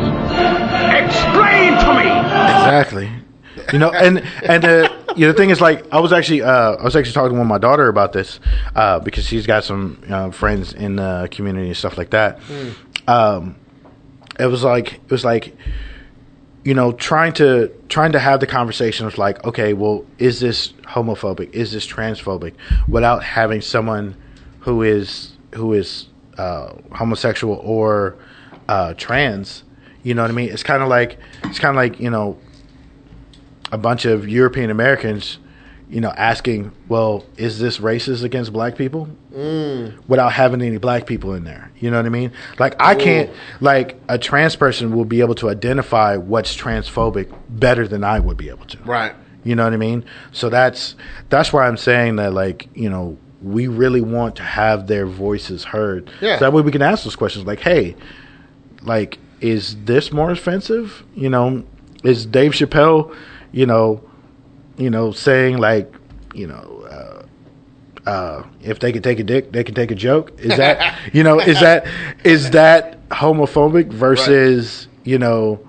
Explain to me! Exactly. You know, and and uh, you know, the thing is, like, I was actually uh, I was actually talking to one of my daughter about this uh, because she's got some uh, friends in the community and stuff like that. Um, it was like it was like you know trying to trying to have the conversation of like, okay, well, is this homophobic? Is this transphobic? Without having someone who is who is uh, homosexual or uh, trans. You know what I mean? It's kind of like it's kind of like you know a bunch of European Americans, you know, asking, "Well, is this racist against black people?" Mm. Without having any black people in there, you know what I mean? Like I can't, like a trans person will be able to identify what's transphobic better than I would be able to, right. you know what I mean? So that's that's why I'm saying that like, you know, we really want to have their voices heard. Yeah. So that way we can ask those questions like, hey, like, is this more offensive? You know, is Dave Chappelle, you know, you know, saying like, you know, uh, uh, if they can take a dick, they can take a joke. Is that you know, is that is that homophobic versus, you know,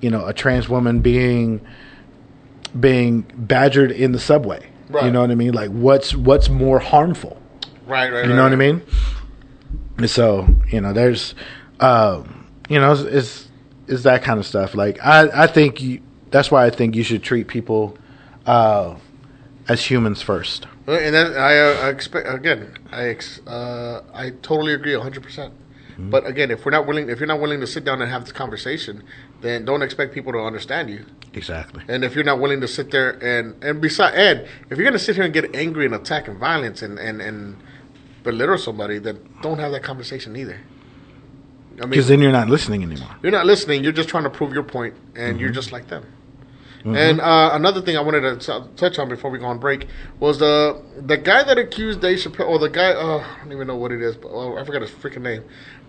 you know, a trans woman being being badgered in the subway. You Right. know what I mean? Like what's what's more harmful? Right, right. You know what I mean? And so, you know, there's um, you know, it's, it's it's that kind of stuff. Like I I think you, that's why I think you should treat people uh as humans first. Well, And that, I, uh, I expect again. I ex, uh, I totally agree, hundred percent. Mm-hmm. But again, if we're not willing, if you're not willing to sit down and have this conversation, then don't expect people to understand you. Exactly. And if you're not willing to sit there and and beside and if you're gonna sit here and get angry and attack and violence and and and belittle somebody, then don't have that conversation either. I mean, Because then you're not listening anymore. you're not listening. You're just trying to prove your point, and you're just like them. And uh, another thing I wanted to t- touch on before we go on break was the the guy that accused Dave Chappelle, or the guy uh, I don't even know what it is, but oh, I forgot his freaking name.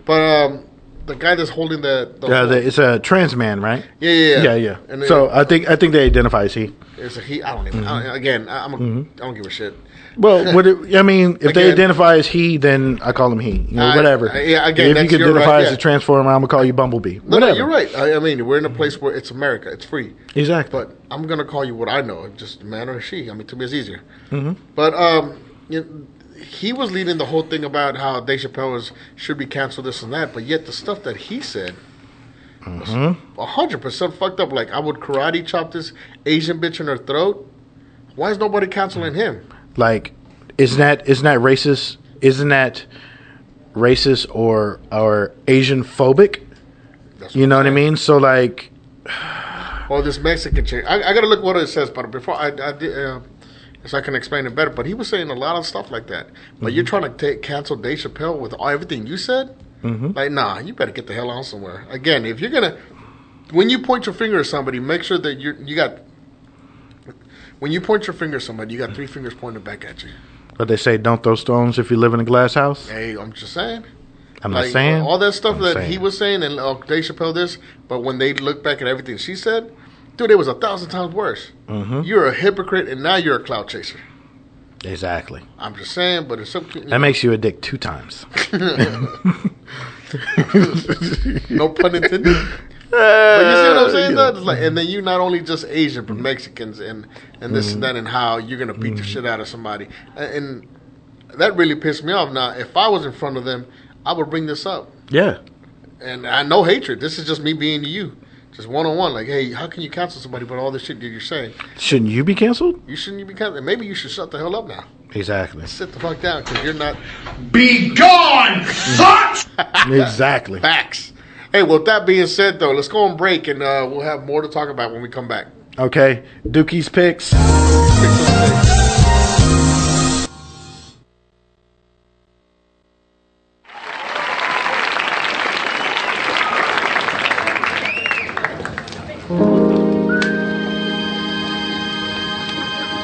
But um, the guy that's holding the, the Yeah, the, it's a trans man, right? Oh, Yeah, yeah, yeah. yeah, yeah. And then- so I think I think they identify as he. it's a he. I don't even. I don't- again, I, I'm a, I don't give a shit. Well, what it, I mean, if they Again. identify as he, then I call him he. You know, I- whatever. I- yeah, again, if that's- you can you're identify right, as a yeah. transformer, I'm gonna call you Bumblebee. No, whatever. no, you're right. I, I mean, we're in a place where it's America. It's free. Exactly. But I'm gonna call you what I know, just man or she. I mean, to me, it's easier. But um, you he was leading the whole thing about how Dave Chappelle was, should be canceled, this and that. But yet, the stuff that he said, was hundred percent fucked up. Like I would karate chop this Asian bitch in her throat. Why is nobody canceling him? like, isn't that isn't that racist? Isn't that racist or or Asian phobic? That's You know what I mean? So like, Oh, this Mexican chick. I, I gotta look what it says, but before I, I did, uh, so I can explain it better. But he was saying a lot of stuff like that. But you're trying to take cancel Dave Chappelle with all, everything you said. Like, nah, you better get the hell out somewhere. Again, if you're gonna, when you point your finger at somebody, make sure that you you got. When you point your finger at somebody, you got three fingers pointed back at you. but they say don't throw stones if you live in a glass house. Hey, I'm just saying. I'm like not saying all that stuff I'm that saying. he was saying and uh, Dave Chappelle this, but when they look back at everything she said, dude, it was a thousand times worse. Mm-hmm. You're a hypocrite, and now you're a clout chaser. exactly. I'm just saying, but it's okay. That makes you a dick two times. no pun intended. but you see what I'm saying? though? It's like, and then you not only just Asian, but Mexicans, and and this Mm-hmm. and that, and how you're gonna beat the shit out of somebody, and, and that really pissed me off. Now, if I was in front of them, I would bring this up. Yeah. and I know hatred. This is just me being you, just one on one. Like, hey, how can you cancel somebody? But all this shit that you're saying, Shouldn't you be canceled? you shouldn't be canceling. Maybe you should shut the hell up now. Exactly. Sit the fuck down because you're not Be gone, such! exactly. facts. Hey, well, that being said, though, let's go on break and uh, we'll have more to talk about when we come back. Okay. Dookie's picks.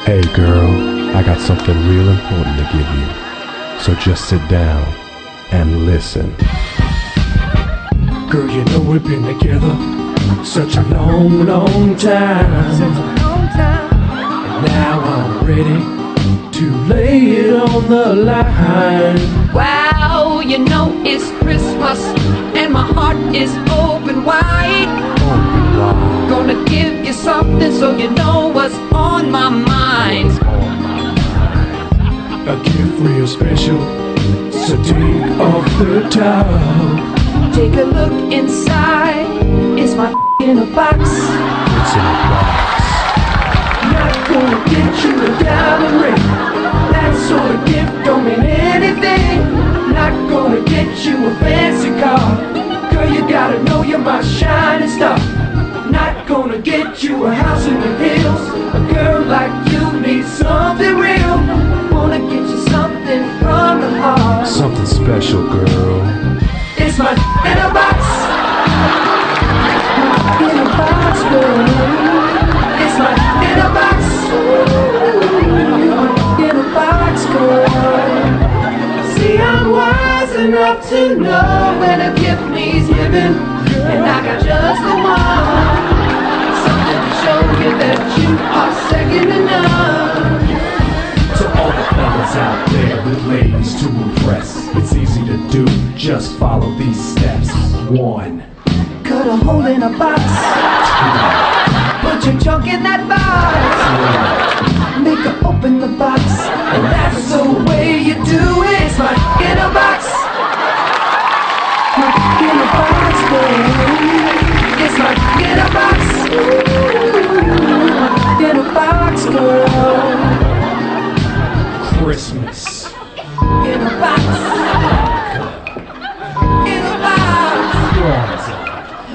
Hey, Girl, I got something real important to give you. So just sit down and listen. Girl, you know we've been together such a long, long time. Such a long time. And now I'm ready to lay it on the line. Wow, you know it's Christmas and my heart is open wide. Oh, Open wide, Gonna give you something so you know what's on my mind. a gift real special. So take off the towel. Take a look inside. It's my in a box. It's in a box. Not gonna get you a diamond ring. That sort of gift don't mean anything. Not gonna get you a fancy car. Girl, you gotta know you're my shining star. Not gonna get you a house in the hills. A girl like you needs something real. Wanna get you something from the heart. Something special, girl. It's my in a box. In a box, girl. It's my in a box. Ooh, in a box, girl. See, I'm wise enough to know when a gift needs giving, and I got just the one. Something to show you that you are second to none. To all the fellas out there with ladies to impress, it's easy to do. Just follow these steps. One, Cut a hole in a box. Put your junk in that box. Make her open the box. And that's the way you do it. It's my in a box. My in a box, girl. It's my in a box. Ooh, in a box, girl. Christmas. In a box. In a box.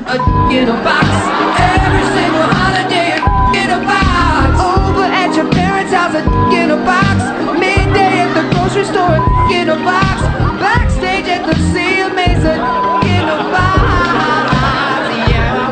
a in a box. Every single holiday, a in a box. Over at your parents' house, a in a box. Midday at the grocery store, a in a box. Backstage at the CMA's, a in a box. Yeah. uh,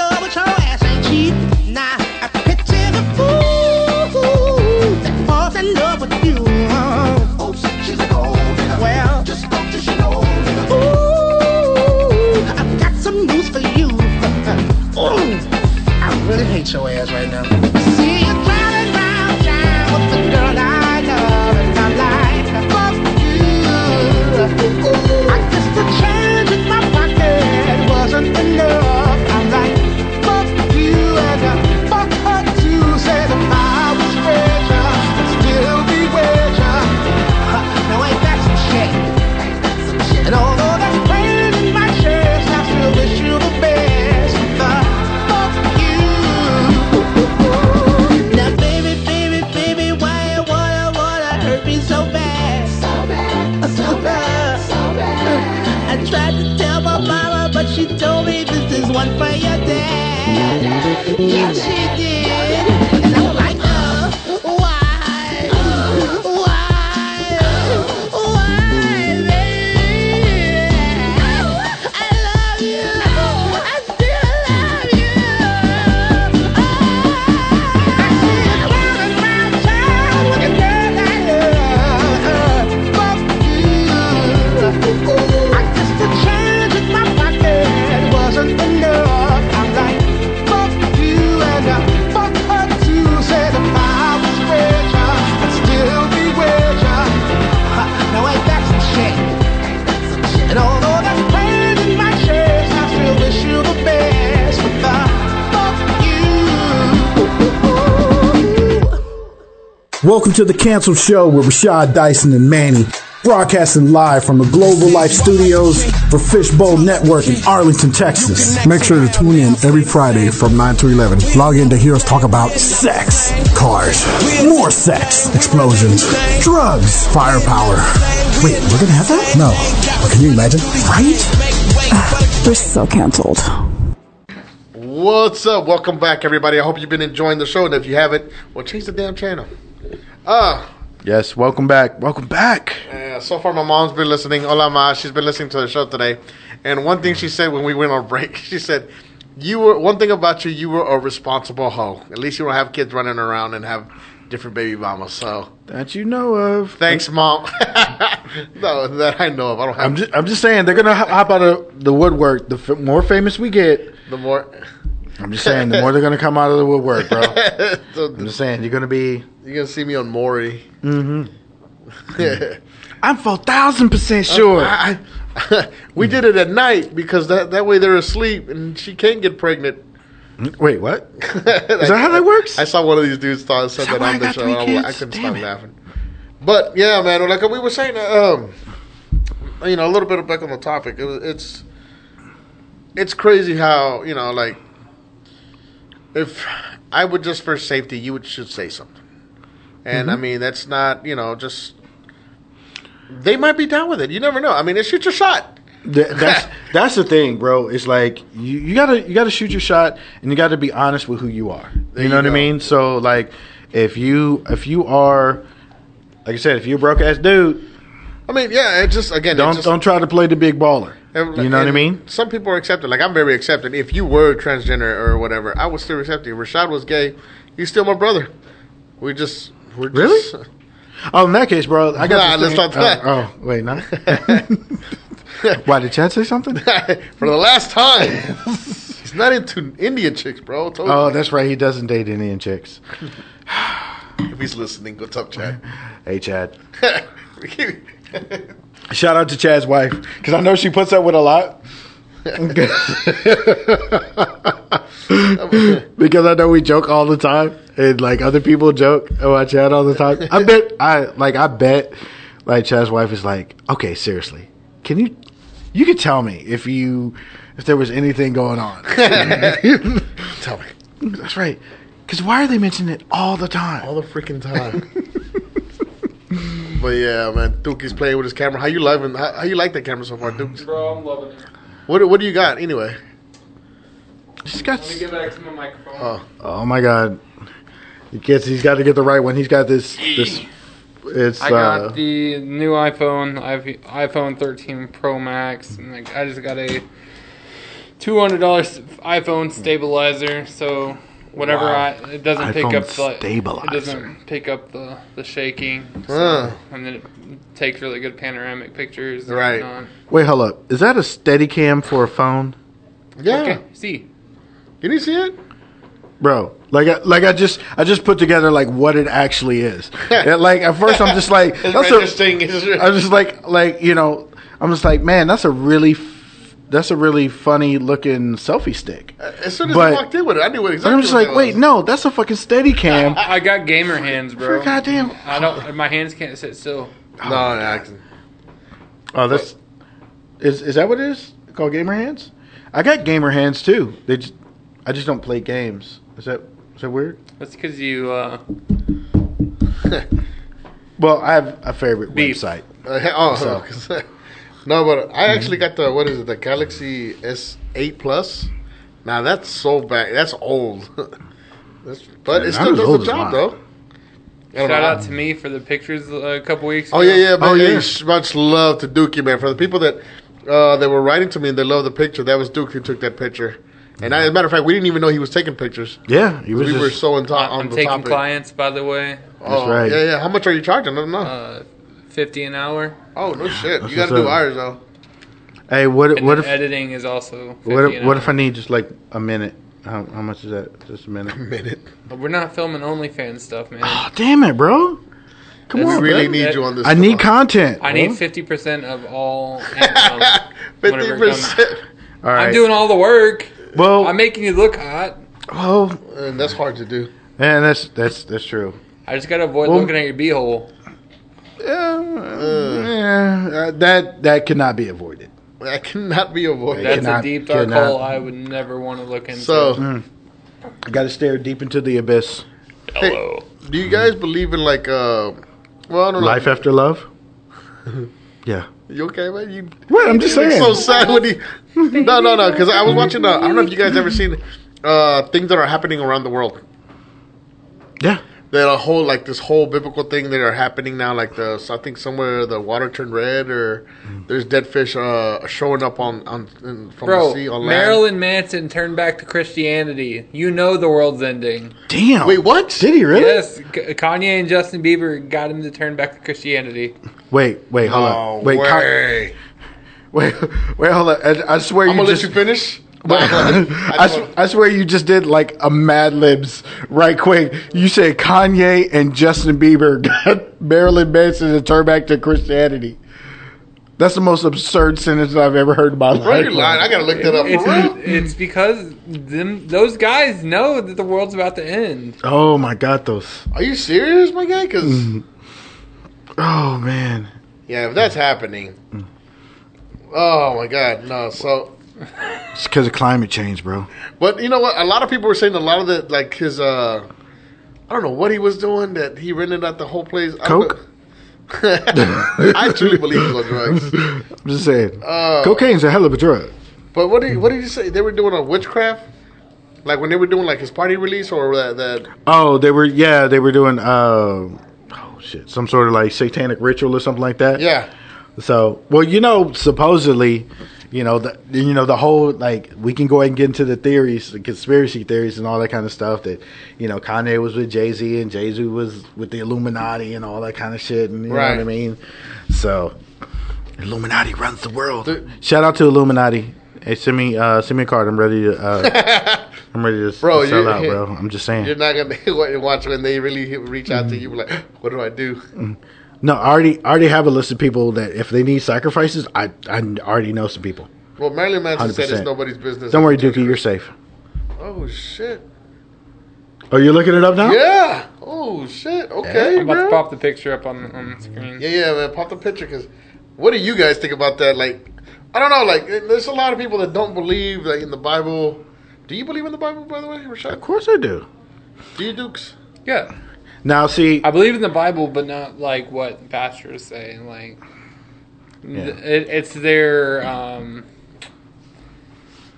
uh, Uh, Uh, Yeah, she did. And I'm like, uh, why? Why? Why, baby? I love you. I still love you. Oh, I still want my time with the girl I love. Fuck you. I guess the change in my pocket wasn't enough. I'm like, fuck you and I fuck her too. Said if I was rich, I'd still be rich. Now ain't that some shit? And although that's pain in my chest, I still wish you the best. But I fuck you. Welcome to the Canceled Show with Rashad Dyson and Manny, broadcasting live from the Global Life Studios for Fishbowl Network in Arlington, Texas. Make sure to tune in every Friday from 9 to 11. Log in to hear us talk about Sex, cars, more sex, explosions, drugs, firepower. Wait, we're gonna have that? No. Can you imagine? Right? We're so canceled. What's up? Welcome back, everybody. I hope you've been enjoying the show, and if you haven't, well, change the damn channel. Ah, Yes, welcome back. Welcome back. uh, so far my mom's been listening. Hola, ma. She's been listening to the show today, and one thing she said when we went on break, she said, "You were one thing about you. You were a responsible hoe. At least you don't have kids running around and have different baby mamas." So That you know of. thanks, mom. no, that I know of. I don't have I'm just, I'm just saying they're gonna hop- hop out of the woodwork. The f- more famous we get, the more. I'm just saying the more they're gonna come out of the woodwork, bro. So I'm just saying you're gonna be. you're gonna see me on Maury. Mm-hmm. I'm four thousand percent sure. I- I- we did it at night because that that way they're asleep and she can't get pregnant. Wait, what? Is that how that works? I saw one of these dudes thought said that why I on the got show. three and I, I kids? couldn't Damn stop it. laughing. But yeah, man, like we were saying, uh, um, you know, a little bit back on the topic. It was, it's it's crazy how you know, like, if I would just for safety, you would should say something. And I Mhm. mean, that's not you know just they might be down with it. You never know. I mean, it's shoot your shot. Th- that's that's the thing, bro. It's like you, you gotta you gotta shoot your shot and you gotta be honest with who you are. There you know you what I go. mean? So like if you if you are like I said, if you're a broke ass dude, I mean, yeah, it just again, it don't just- don't try to play the big baller. And- You know what I and mean? Some people are accepted. Like I'm very accepted. If you were transgender or whatever, I would still accept you. Rashad was gay. He's still my brother. We just we're Really? just, Oh, in that case, bro, I got. Nah, this let's thing- not talk. Oh, oh, wait, no. Why did Chad say something? for the last time. He's not into Indian chicks, bro. I told Oh, you. that's right. He doesn't date Indian chicks. if he's listening, what's up, Chad? Hey, Chad. Shout out to Chad's wife because I know she puts up with a lot. because I know we joke all the time, and like other people joke about Chad all the time. I bet I like I bet like Chad's wife is like, okay, seriously, can you you could tell me if you if there was anything going on? Tell me That's right. Because why are they mentioning it all the time? all the freaking time. but yeah, man, Dookie's playing with his camera. How you loving? How, how you like that camera so far, Duke? Bro, I'm loving it. What what do you got anyway? Just got Let me get back to my microphone. Oh, Oh my god. He gets he's gotta get the right one. He's got this this it's I got uh the new iPhone, iP- iPhone 13 Pro Max, and like I just got a two hundred dollars iPhone stabilizer. So whatever Wow. I, it doesn't pick iPhone up the stabilizer. it doesn't pick up the the shaking. So, Huh. And then it takes really good panoramic pictures. and Right. whatnot. wait, hold up. Is that a steady cam for a phone? yeah. Okay. See. Can you see it? Bro, like I, like I just I just put together like what it actually is. And, like at first I'm just like It's that's a, registering. It's- I'm just like like you know I'm just like man that's a really f- that's a really funny looking selfie stick. As soon as But- I walked in with it, I knew what And exactly. I'm just what like that wait was. no that's a fucking steady cam I got gamer hands, bro. for goddamn I don't. My hands can't sit still. no, no, I can- Oh, that's is is that what it is called? Gamer hands? I got gamer hands too. They just, I just don't play games. Is that is that weird? That's because you. Uh, Well, I have a favorite Beef. website. Uh, oh, So. 'cause- no, but I actually got the what is it? The Galaxy S8 Plus. Now that's so back. That's old. That's- but Yeah, it not still as does old the as job, mine. though. I don't Shout know. out to me for the pictures uh, a couple weeks. Oh yeah, ago. yeah, man. Hey, sh- much love to Dookie, man. For the people that uh, that were writing to me and they love the picture, that was Duke who took that picture. And I, as a matter of fact, we didn't even know he was taking pictures. Yeah, he was we were just- so into- on I'm the taking topic. clients, by the way. Oh, Yeah, yeah. How much are you charging? I don't know. Uh, Fifty an hour. Oh no shit! That's you got to what's do up. ours though. Hey, what And what then if editing is also. 50 what if, an what hour. if I need just like a minute? How, how much is that? Just a minute. A minute. But we're not filming OnlyFans stuff, man. Oh, damn it, bro. Come That's- on. We really man. need you on this Oh, I need content. I need fifty percent of all. income whenever it comes- 50%. All right. I'm doing all the work. Well, I'm making you look hot. Well, and that's hard to do. Man, that's that's that's true. I just gotta avoid Well- looking at your beehole. Yeah, uh, that that cannot be avoided. That cannot be avoided. That's cannot- a deep dark cannot. hole I would never want to look into. Mm. I got to stare deep into the abyss. Hey, do you guys believe in like uh? Well, I don't know. Life after love. yeah. You okay, man? You What? I'm just you look saying. So sad when he. No, no, no. Because I was watching. Uh, I don't know if you guys ever seen uh, things that are happening around the world. Yeah. That a whole like this whole biblical thing that are happening now, like the I think somewhere the water turned red or Mm. there's dead fish uh, showing up on on in, from Bro, the sea on land. Marilyn Manson turned back to Christianity. You know the world's ending. Damn. Wait, what? Did he really? Yes, K- Kanye and Justin Bieber got him to turn back to Christianity. Wait, wait, hold Oh, on. Wait, Con- wait, wait, hold on. I, I swear I'm you gonna just. let you finish. I, s- I swear you just did like a Mad Libs right quick. You said Kanye and Justin Bieber got Marilyn Manson to turn back to Christianity. That's the most absurd sentence I've ever heard in my Bro, life. you're lying. I gotta look that up It's, for real. it's because them, those guys know that the world's about to end. Oh my god, those. Are you serious, my guy? Because Mm. Oh man. yeah, if that's happening, oh my god, no. So It's because of climate change, bro. But you know what? A lot of people were saying a lot of the like his uh I don't know what he was doing that he rented out the whole place. I don't Coke? know. I truly believe he was on drugs. I'm just saying. Oh. Cocaine's a hell of a drug. But what did he- what did you say? They were doing a witchcraft, like when they were doing like his party release or that that. Oh, they were yeah, they were doing uh oh shit, some sort of like satanic ritual or something like that. Yeah. So, well, you know, supposedly, you know, the you know the whole like we can go ahead and get into the theories, the conspiracy theories, and all that kind of stuff. That you know, Kanye was with Jay Z, and Jay Z was with the Illuminati, and all that kind of shit. And you know what I Right. mean? So, Illuminati runs the world. Shout out to Illuminati. Hey, send me uh, send me a card. I'm ready to. Uh, I'm ready to s- Bro, sell you- out, bro. I'm just saying. You're not gonna watch when they really reach out to you. Like, what do I do? No, I already I already have a list of people that if they need sacrifices, I I already know some people. Well, Marilyn Manson said 100%. it's nobody's business. Don't worry, Dookie, you're safe. Oh shit! Oh, you're looking it up now? Yeah. Oh shit. Okay, I'm about to bro. pop the picture up on, on the screen. Yeah, yeah, man. Pop the picture, cause what do you guys think about that? Like, I don't know. Like, there's a lot of people that don't believe like in the Bible. Do you believe in the Bible, by the way, Rashad? Of course I do. Do you, Dukes? Yeah. Now see, I believe in the Bible, but not like what pastors say. and, Like, th- it, it's their um,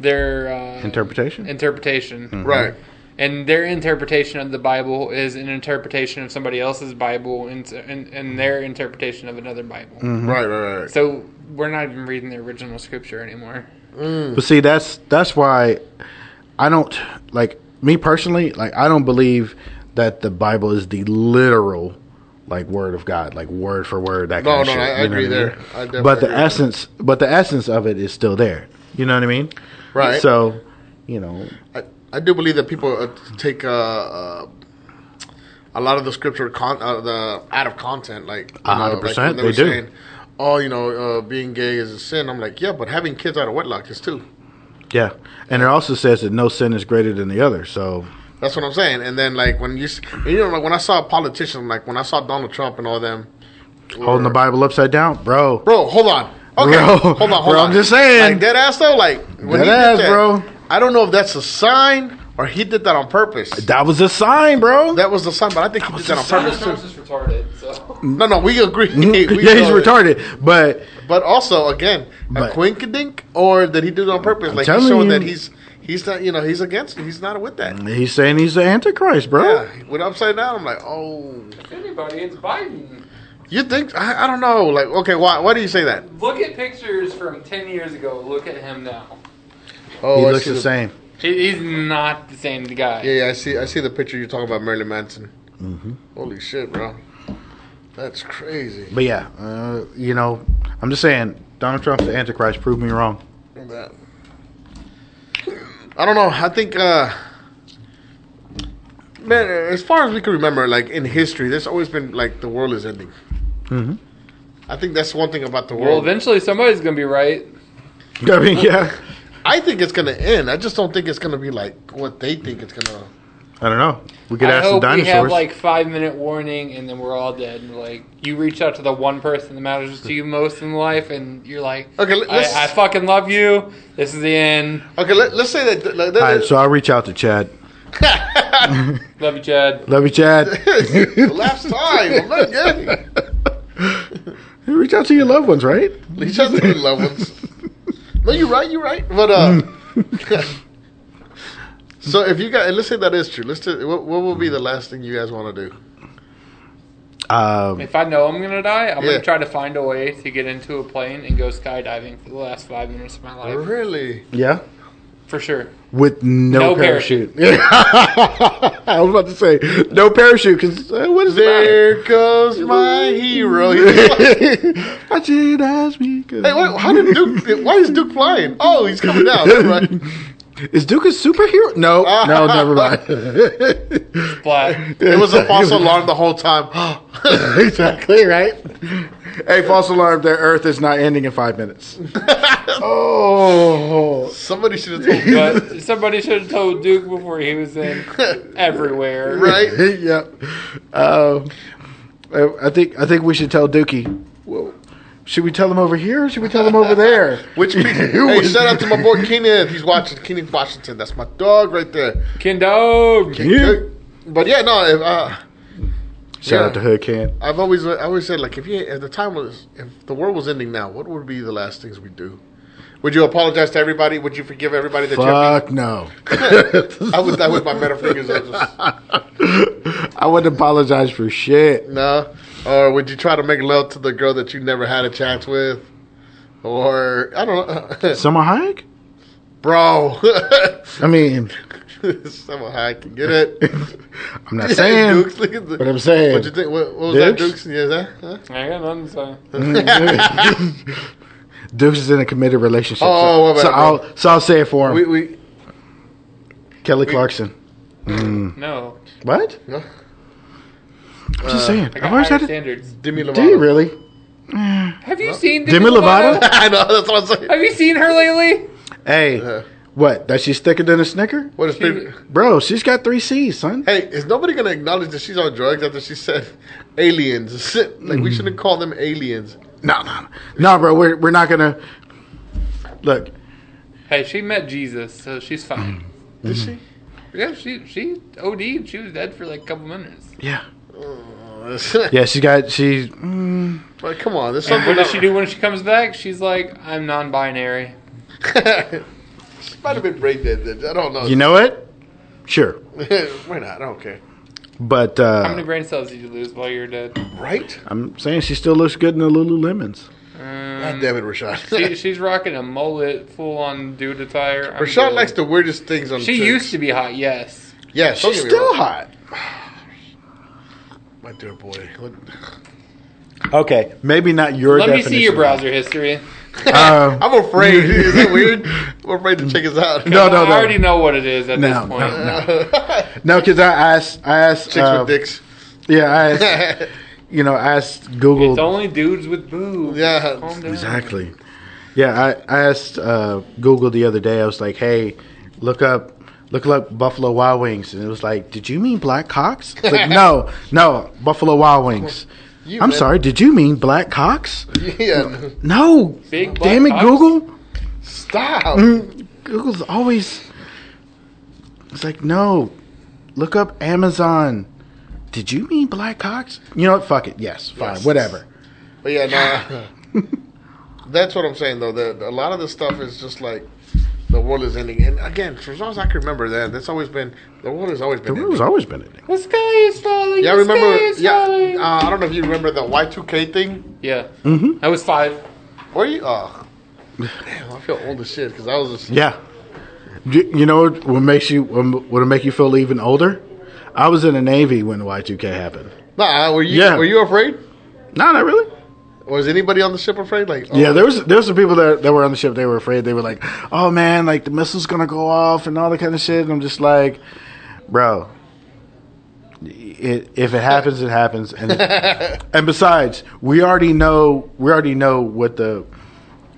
their uh, Interpretation? interpretation, Hmm. Mhm. Right. And their interpretation of the Bible is an interpretation of somebody else's Bible, and and, and their interpretation of another Bible. Mhm. Mm-hmm. Right, right, right. So we're not even reading the original scripture anymore. but see that's that's why I don't like me personally. Like I don't believe that the Bible is the literal like word of God, like word for word. That No, kind of no, shit, I- I you know agree what there. mean? I definitely but the agree. essence, but the essence of it is still there. You know what I mean? Right. So, you know, I, I do believe that people uh, take uh, uh, a lot of the scripture con- uh, the out of content, like you A know, hundred like percent, when they were do. oh, you know, uh, being gay is a sin. I'm like, yeah, but having kids out of wedlock is too. yeah. And it also says that no sin is greater than the other. So That's what I'm saying. And then like when you, s- you know, like when I saw politicians, like when I saw Donald Trump and all them, holding the Bible upside down, bro. Bro, hold on. Okay, Bro, hold on, hold bro, on. I'm just saying. Like dead ass though, like Dead when he did ass, that, bro. I don't know if that's a sign or he did that on purpose. That was a sign, bro. That was the sign, but I think he did that on purpose too. retarded. So. No, no, we agree. We Mm-hmm. yeah, he's know that. retarded, but But also, again, a But- quinkadink, or did he do it on purpose? like he's telling showing you. that he's He's not, you know, he's against it. He's not with that. He's saying he's the Antichrist, bro. Yeah, when upside down, I'm like, oh. If anybody, it's Biden. You think? I, I don't know. Like, okay, why? Why do you say that? Look at pictures from 10 years ago. Look at him now. Oh, he I looks see the same. He- He's not the same guy. Yeah, yeah, I see. I see the picture you're talking about, Marilyn Manson. Mhm. Holy shit, bro. That's crazy. But yeah, uh, you know, I'm just saying Donald Trump's the Antichrist. Prove me wrong. That- I don't know. I think, uh, man, as far as we can remember, like in history, there's always been like the world is ending. Mm-hmm. I think that's one thing about the Well, world. eventually somebody's gonna be right. I mean, yeah. I think it's gonna end. I just don't think it's gonna be like what they think it's gonna. I don't know. We could I ask the hope we have dinosaurs. like five minute warning, and then we're all dead. And, Like you reach out to the one person that matters to you most in life, and you're like, Okay, let- let's- I, I fucking love you. This is the end. Okay, let, let's say that. Like, All right, so I'll reach out to Chad. Love you, Chad. Love you, Chad. Last time, I'm not getting. You reach out to your loved ones, right? Reach out to your loved ones. No, you're right. You're right. But uh, so if you guys, let's say that is true. Let's. Just, what, what will be the last thing you guys want to do? Um, If I know I'm gonna die, I'm Yeah. gonna try to find a way to get into a plane and go skydiving for the last five minutes of my life, Really? yeah, for sure. with no, No parachute. parachute. I was about to say no parachute because uh, what is There goes my hero. hey, that? I should ask me. 'cause- wait, how did Duke? Why is Duke flying? Oh, he's coming down. Right. Is Duke a superhero? No, no, never mind. But It was a false alarm the whole time. exactly right. Hey, false alarm! The Earth is not ending in five minutes. oh, Somebody should have told me. but somebody should have told Duke before he was in everywhere. Right? yep. Um, I I think I think we should tell Dookie. Well, should we tell him over here? or Should we tell him over there? Which means, hey, shout out to my boy Keenan. He's watching Keenan Washington. That's my dog right there. Kendo. Yeah. But yeah, no. If, uh, Shout out Yeah. to Hood Can. I've always I always said like if you if the time was if the world was ending now, what would be the last things we do? Would you apologize to everybody? Would you forgive everybody that Fuck no. you? I would. I would. My middle fingers up. Just, I wouldn't apologize for shit. no. Or would you try to make love to the girl that you never had a chance with? Or I don't know, Summer Hayek? bro. I mean, Somehow I can get it. I'm not saying. Dukes, look at the- but I'm saying. What you think? What, what was that, Dukes? Dukes? Yeah, is that? Huh? I got nothing to say. Dukes is in a committed relationship. Oh, so, what so about- I'll so I'll say it for him. We we Kelly Clarkson. No. What? no. I'm just saying. I I've got always higher had it. standards. Demi Lovato. Do you really? Have you seen Demi, Demi Lovato? I know that's what I'm saying. Have you seen her lately? Hey, Uh, what? That she's thicker than a Snicker? What is big? Bro, she's got three C's, son. Hey, is nobody gonna acknowledge that she's on drugs after she said aliens? Shit, Like Mm-hmm. we shouldn't call them aliens. No, no, no, no, bro. We're we're not gonna look. Hey, she met Jesus, so she's fine. Mm-hmm. Did she? Yeah, she she OD'd. She was dead for like a couple minutes. Yeah, yeah. yeah. She got she. Mm, But come on, there's And something. what does she do when she comes back? She's like, I'm non-binary. do? she might have been brain dead. Then. I don't know. you know what? Sure, why not? I don't care. but How many uh, brain cells did you lose while you're dead? Right? I'm saying she still looks good in the Lululemons. God Um, damn it, Rashad. she, she's rocking a mullet, full on dude attire. I'm Rashad good. likes the weirdest things on. She chicks. used to be hot, yes. Yeah, don't She's get me still wrong. hot. My dear boy. Okay, maybe not your. Let me see your definition. browser history. Um, I'm afraid. Is that weird? I'm afraid to check us out. No, no, I no. already know what it is at No, this point. no, no. No, because I asked, I asked, Chicks uh, Um, with dicks. yeah, I asked, you know, I asked Google. It's only dudes with boobs. Yeah. Calm down. Exactly. Yeah, I, I asked uh, Google the other day. I was like, "Hey, look up, look up Buffalo Wild Wings," and it was like, "Did you mean black cocks?" It's like, no, no, Buffalo Wild Wings. You, I'm man. sorry. Did you mean black cocks? Yeah. No. Big black Damn it, cocks? Google. Stop. Google's always. It's like no. Look up Amazon. Did you mean black cocks? You know what? Fuck it. Yes. Fine. Yes. Whatever. But yeah, no. that's what I'm saying though. That a lot of this stuff is just like the world is ending. And again, for as long as I can remember that, that's always been the world has always been. The world's always been ending. The sky is falling. Yeah, I the remember. sky is Yeah, falling. uh, I don't know if you remember the Y two K thing. Yeah. Mm-hmm. I was five. Were you? Oh, damn, I feel old as shit because I was just Yeah. You you know what what makes you what would make you feel even older? I was in the Navy when Y2K happened. Nah, were you? Yeah. Were you afraid? No, not really. Was anybody on the ship afraid? Like, oh, Yeah, there was there was some people that, that were on the ship. They were afraid. They were like, "Oh man, like the missile's gonna go off and all that kind of shit." And I'm just like, "Bro, it, if it happens, it happens." And and besides, we already know we already know what the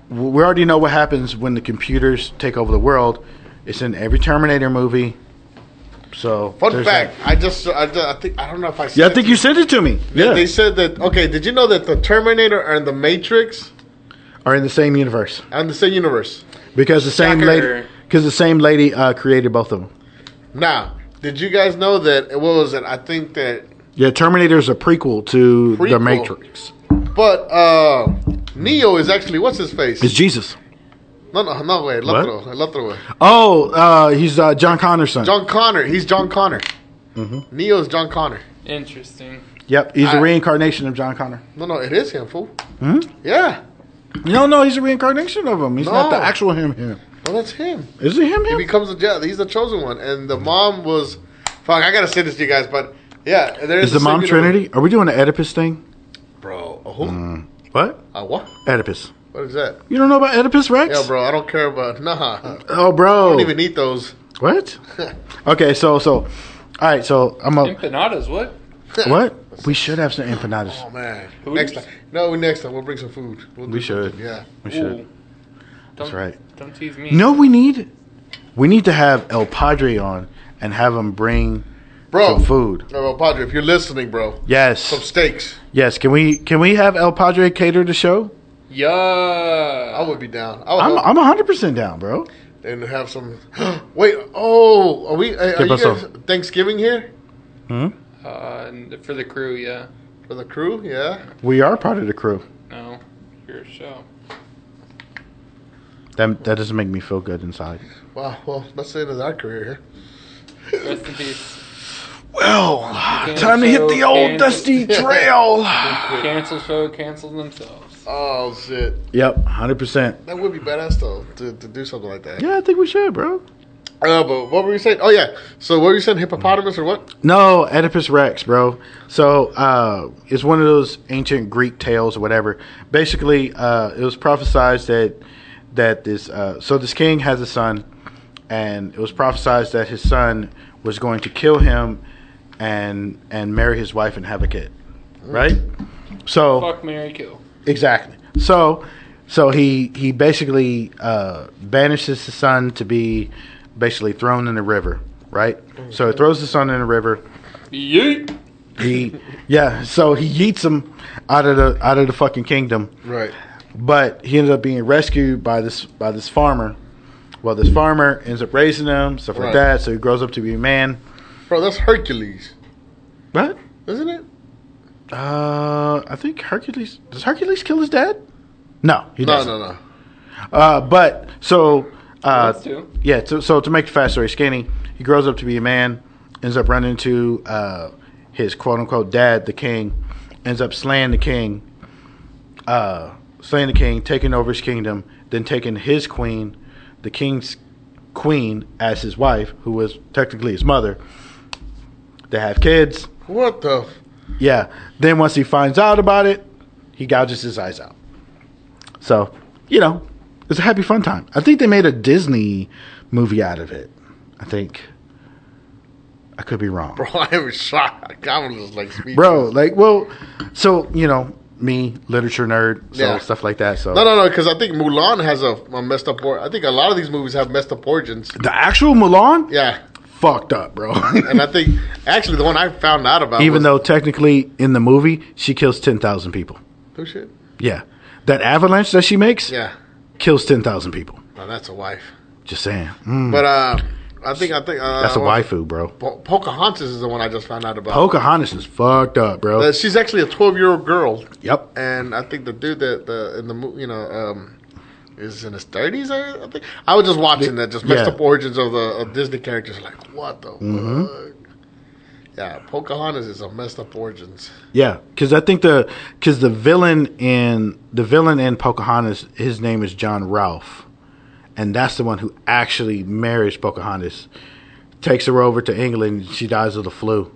we already know what happens when the computers take over the world. It's in every Terminator movie. So Fun there's fact: I just, I, ju- I think, I don't know if I. that. Said Yeah, I it think to you sent it to me. They- Yeah, They said that. Okay, did you know that the Terminator and the Matrix are in the same universe are in the same universe? because the same Shocker. lady because the same lady uh, created both of them. Now, did you guys know that? What was it? I think that. Yeah, Terminator is a prequel to The Prequel. Matrix. But uh, Neo is actually what's his face? It's Jesus. No, no, no way. El What? otro, el otro way. Oh, uh, he's uh, John Connor's son. John Connor. He's John Connor. Mm-hmm. Neo's John Connor. Interesting. Yep, he's a I- reincarnation of John Connor. No, no, it is him, fool. Hmm? Yeah. No, no, he's a reincarnation of him. He's not the No. actual him. him. Well, that's him. Is it him? He him? becomes a yeah. He's the chosen one, and the mom was. Fuck, I gotta say this to you guys, but yeah, there is. Is the a mom singular- Trinity? Are we doing the Oedipus thing? bro? a Who? Mm. What? A what? Oedipus. What is that? You don't know about Oedipus Rex? Yeah, bro. I don't care about nah. Oh, I bro. don't even eat those. What? okay, so so, all right, so I'm a Empanadas, what? what? We should have some empanadas. Oh man. Next time. No, next time we'll bring some food. We'll We do should. something, Yeah. We should. Ooh. That's right. Don't tease me. You know what we need? We need to have El Padre on and have him bring Bro. some food. No, well, Padre, if you're listening, bro. Yes. Some steaks. Yes, can we can we have El Padre cater the show? Yeah. I would be down. I would I'm love- I'm hundred percent down, bro. and have some. Wait. Oh, are we? Are, are Give you us some. guys Thanksgiving here Hmm? Uh, and for the crew, yeah. for the crew? Yeah. We are part of the crew. No, your show. That that doesn't make me feel good inside. Wow. Well, that's the end of our career Rest in peace. Well, Cancel time to hit the old and- dusty trail. cancel show, cancel themselves. Oh shit. Yep, hundred percent. That would be badass though to, to do something like that. Yeah, I think we should, bro. Uh, but what were you saying? Oh yeah. So what were you saying? Hippopotamus or what? No, Oedipus Rex, bro. So uh, it's one of those ancient Greek tales or whatever. Basically, uh, it was prophesized that that this uh, so this king has a son, and it was prophesized that his son was going to kill him and and marry his wife and have a kid, right? So Fuck Mary Kill. Exactly. So, so he he basically uh, banishes the son to be basically thrown in the river, right? So he throws the son in the river. Yeet. Uh, He yeah. So he yeets him out of the out of the fucking kingdom. Right. But he ended up being rescued by this by this farmer. Well, this farmer ends up raising him, stuff like Right. that. So he grows up to be a man. Bro, that's Hercules, What? isn't it? Uh, I think Hercules does Hercules kill his dad? No, he no, doesn't. no, no. Uh, but so uh, That's two. yeah, so, so to make the fast story skinny, he grows up to be a man, ends up running into uh, his quote unquote dad, the king, ends up slaying the king, uh, slaying the king, taking over his kingdom, then taking his queen, the king's queen as his wife, who was technically his mother. They have kids. What the? f- Yeah. Then once he finds out about it, he gouges his eyes out. So, you know, it's a happy fun time. I think they made a Disney movie out of it. I think. I could be wrong. Bro, I am shocked. I was just like speechless. Bro, like, well, so, you know, me, literature nerd, so Yeah. stuff like that. So No, no, no. Because I think Mulan has a, a messed up. Or- I think a lot of these movies have messed up origins. the actual Mulan Yeah, fucked up, bro. and I think actually the one I found out about, Even was- though technically in the movie she kills 10,000 people. oh shit, Yeah. That avalanche that she makes yeah, kills 10,000 people. no, that's a wife. Just saying. Mm. But uh, I think I think uh, That's a what- waifu, bro. Po- Pocahontas is the one I just found out about. Pocahontas is fucked up, bro. Uh, she's actually a twelve-year-old girl, yep. and I think the dude that the in the mo- you know um, is in his thirties. I I think I was just watching that, just messed Yeah. up origins of the of Disney characters. Like what the? Mhm. fuck? Yeah, Pocahontas is a messed up origins. Yeah, because I think the because the villain in the villain in Pocahontas, his name is John Ralph, and that's the one who actually marries Pocahontas, takes her over to England. She dies of the flu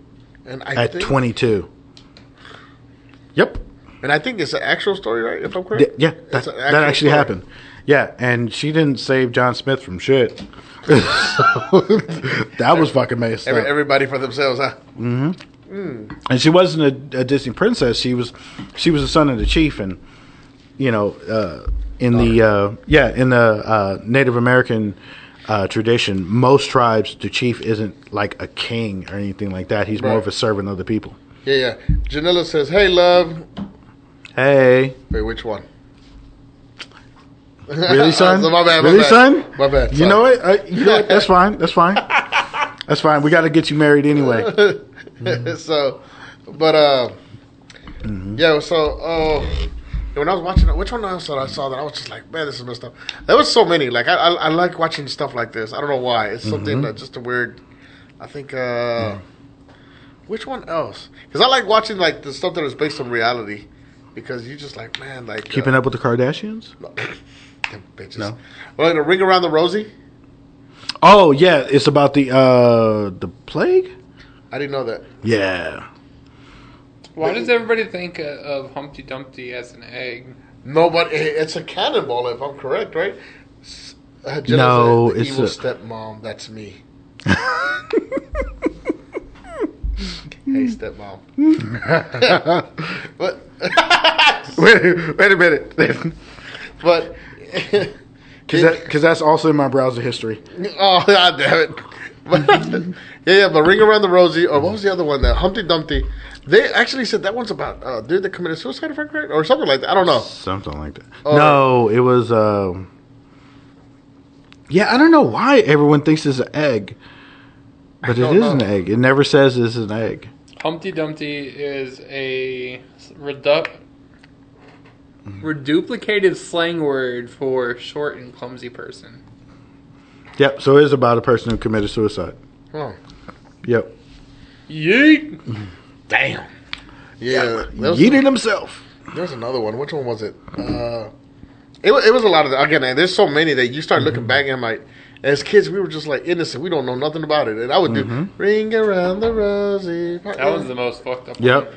And I at think- twenty two. Yep. And I think it's an actual story, right? If I'm Th- correct. yeah, that, It's an that actually story. happened. Yeah, and she didn't save John Smith from shit. that was fucking messed Every, up. everybody for themselves, huh? hmm Mm. and she wasn't a, a Disney princess. She was she was the son of the chief, and you know, uh, in the uh, yeah, in the uh, Native American uh, tradition, most tribes the chief isn't like a king or anything like that. He's more Right. of a servant of the people. Yeah, yeah. Janella says, "Hey, love." Hey, Wait, which one? Uh, really, son? my bad. my really, bad. son? My bad. You know what? Uh, you know what? That's fine. That's fine. That's fine. We got to get you married anyway. so, but uh, Mm-hmm. yeah. So, uh, when I was watching, it, which one else that I saw that I was just like, man, this is messed up. There was so many. Like, I I, I like watching stuff like this. I don't know why. It's something Mhm. that just a weird. I think. uh Which one else? Because I like watching like the stuff that is based on reality. Because you just like, man, like Keeping uh, up with the Kardashians. them bitches. No. Well, the ring around the rosy. Oh yeah, it's about the uh the plague. I didn't know that. Yeah. Why does everybody think uh, of Humpty Dumpty as an egg? No, but it- it's a cannonball, if I'm correct, right? S- uh, Jenna No, said, the it's evil a- stepmom. That's me. hey, stepmom. but wait, wait a minute. but Because that's also in my browser history. oh god damn it! But, yeah, yeah. But ring around the rosy, or what was the other one? The Humpty Dumpty. They actually said that one's about uh, dude that committed suicide, if I'm correct, or something like that. I don't know. Something like that. Oh. no, it was. um yeah, I don't know why everyone thinks it's an egg, but it don't is know. an egg. It never says it's an egg. Humpty Dumpty is a redu- Mm-hmm. reduplicated slang word for short and clumsy person. Yep. So it is about a person who committed suicide. Oh. Yep. Yeet. Damn. Yeah. there was- Yeeted himself. There was another one. Which one was it? Uh, it, wa- it was a lot of again. and There's so many that you start Mm-hmm. looking back and I'm like, as kids we were just like innocent. We don't know nothing about it, and I would Mhm. do ring around the rosy. That was the most fucked up. Yep.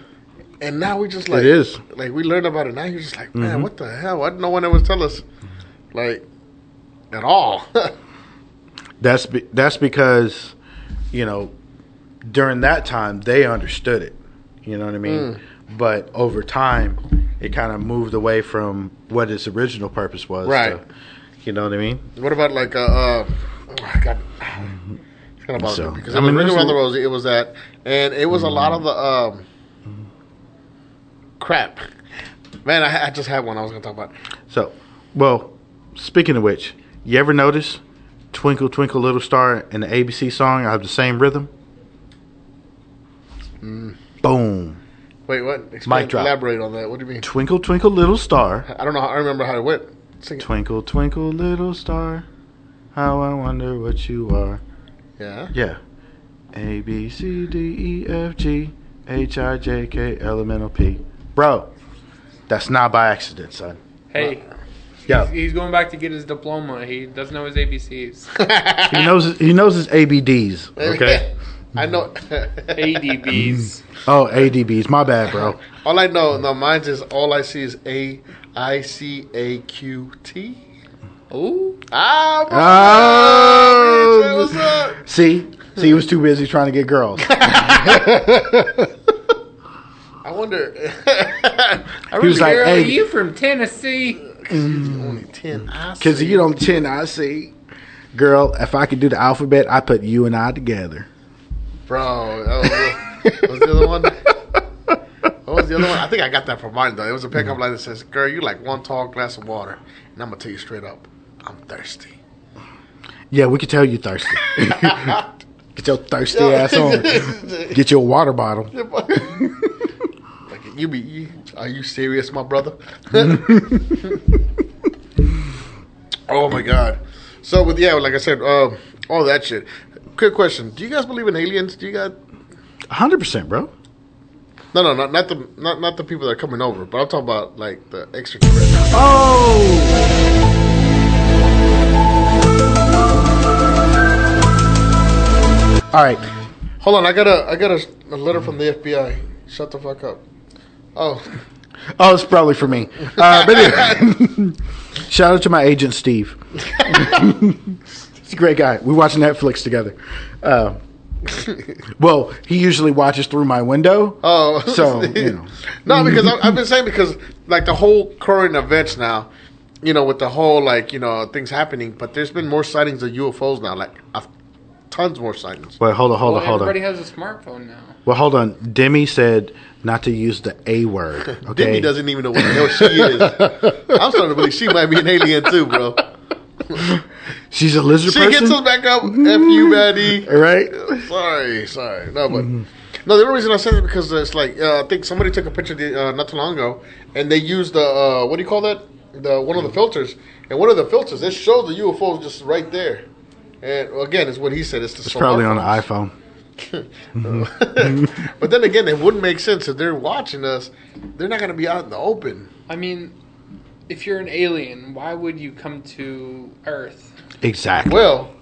And now we just like It is. like we learned about it. Now you're just like, man, Mhm. what the hell? Why did no one ever tell us like at all? That's be- that's because, you know, during that time they understood it. You know what I mean? Mm. But over time, it kind of moved away from what its original purpose was. Right. to- you know what I mean? what about like uh, uh oh my god. It's gonna bother So, me because I I mean, mean, ring there's around a- the rosy. It was that, and it was a lot of the um crap. Man, I, I just had one I was gonna talk about. So, well, speaking of which, you ever notice "Twinkle Twinkle Little Star" and the ABC song have the same rhythm? Mm. Boom! Wait, what? Explain, Mic drop. Elaborate on that. What do you mean? Twinkle Twinkle Little Star. I don't know. How, I remember how it went. Sing it. Twinkle Twinkle Little Star, how I wonder what you are. Yeah. Yeah. A B C D E F G H I J K L M N O P. Bro, that's not by accident, son. Hey. Yeah. He's, he's going back to get his diploma. He doesn't know his ABCs. He knows he knows his ABDs. Okay. I know. ADBs. oh, ADBs. My bad, bro. all I know, no, mine is all I see is A I C A Q T. Ooh. Ah. what's Oh. up, bitch? What's up? See, see, he was too busy trying to get girls. I wonder. I He was remember like, Daryl, "Hey." you from Tennessee? Only ten. I Cause see. you don't tend I see. Girl, if I could do the alphabet, I put you and I together. Bro, that was, what was the other one? What was the other one? I think I got that from mine though. It was a pickup line that says, "Girl, you like one tall glass of water," and I'm gonna tell you straight up, I'm thirsty. Yeah, we could tell you thirsty. Get your thirsty Yo. ass on. Get your water bottle. Like you be, you, are you serious, my brother? Oh my god. So with yeah, like I said, uh, all that shit. Quick question: Do you guys believe in aliens? Do you got? Hundred percent, bro. No, no, not, not the not not the people that are coming over, but I'm talking about like the extraterrestrials. All right. Hold on, I got a I got a, a letter from the FBI. Shut the fuck up. Oh, Oh, it's probably for me. Uh, but anyway, shout out to my agent Steve. He's a great guy. We watch Netflix together. Uh, well, he usually watches through my window. Oh, so you know. no, because I, I've been saying because like the whole current events now, you know, with the whole like you know things happening, but there's been more sightings of UFOs now, like uh, tons more sightings. Well, hold on, hold Well, on, hold everybody on. has a smartphone now. Well, hold on. Demi said not to use the A word. Okay. Demi doesn't even know what the hell she is. I'm starting to believe she might be an alien too, bro. She's a lizard She person. Mm-hmm. gets us back up. F you, Maddie. right? Sorry, sorry. No, but Mm-hmm. no. The only reason I said it because it's like uh, I think somebody took a picture the, uh, not too long ago, and they used the uh, what do you call that? The one of the filters, and one of the filters it showed the UFO just right there. And well, again, it's what he said. It's the It's probably on Mm-hmm. an iPhone. iPhone. but then again, it wouldn't make sense if they're watching us. They're not going to be out in the open. I mean, if you're an alien, why would you come to Earth? Exactly. Well,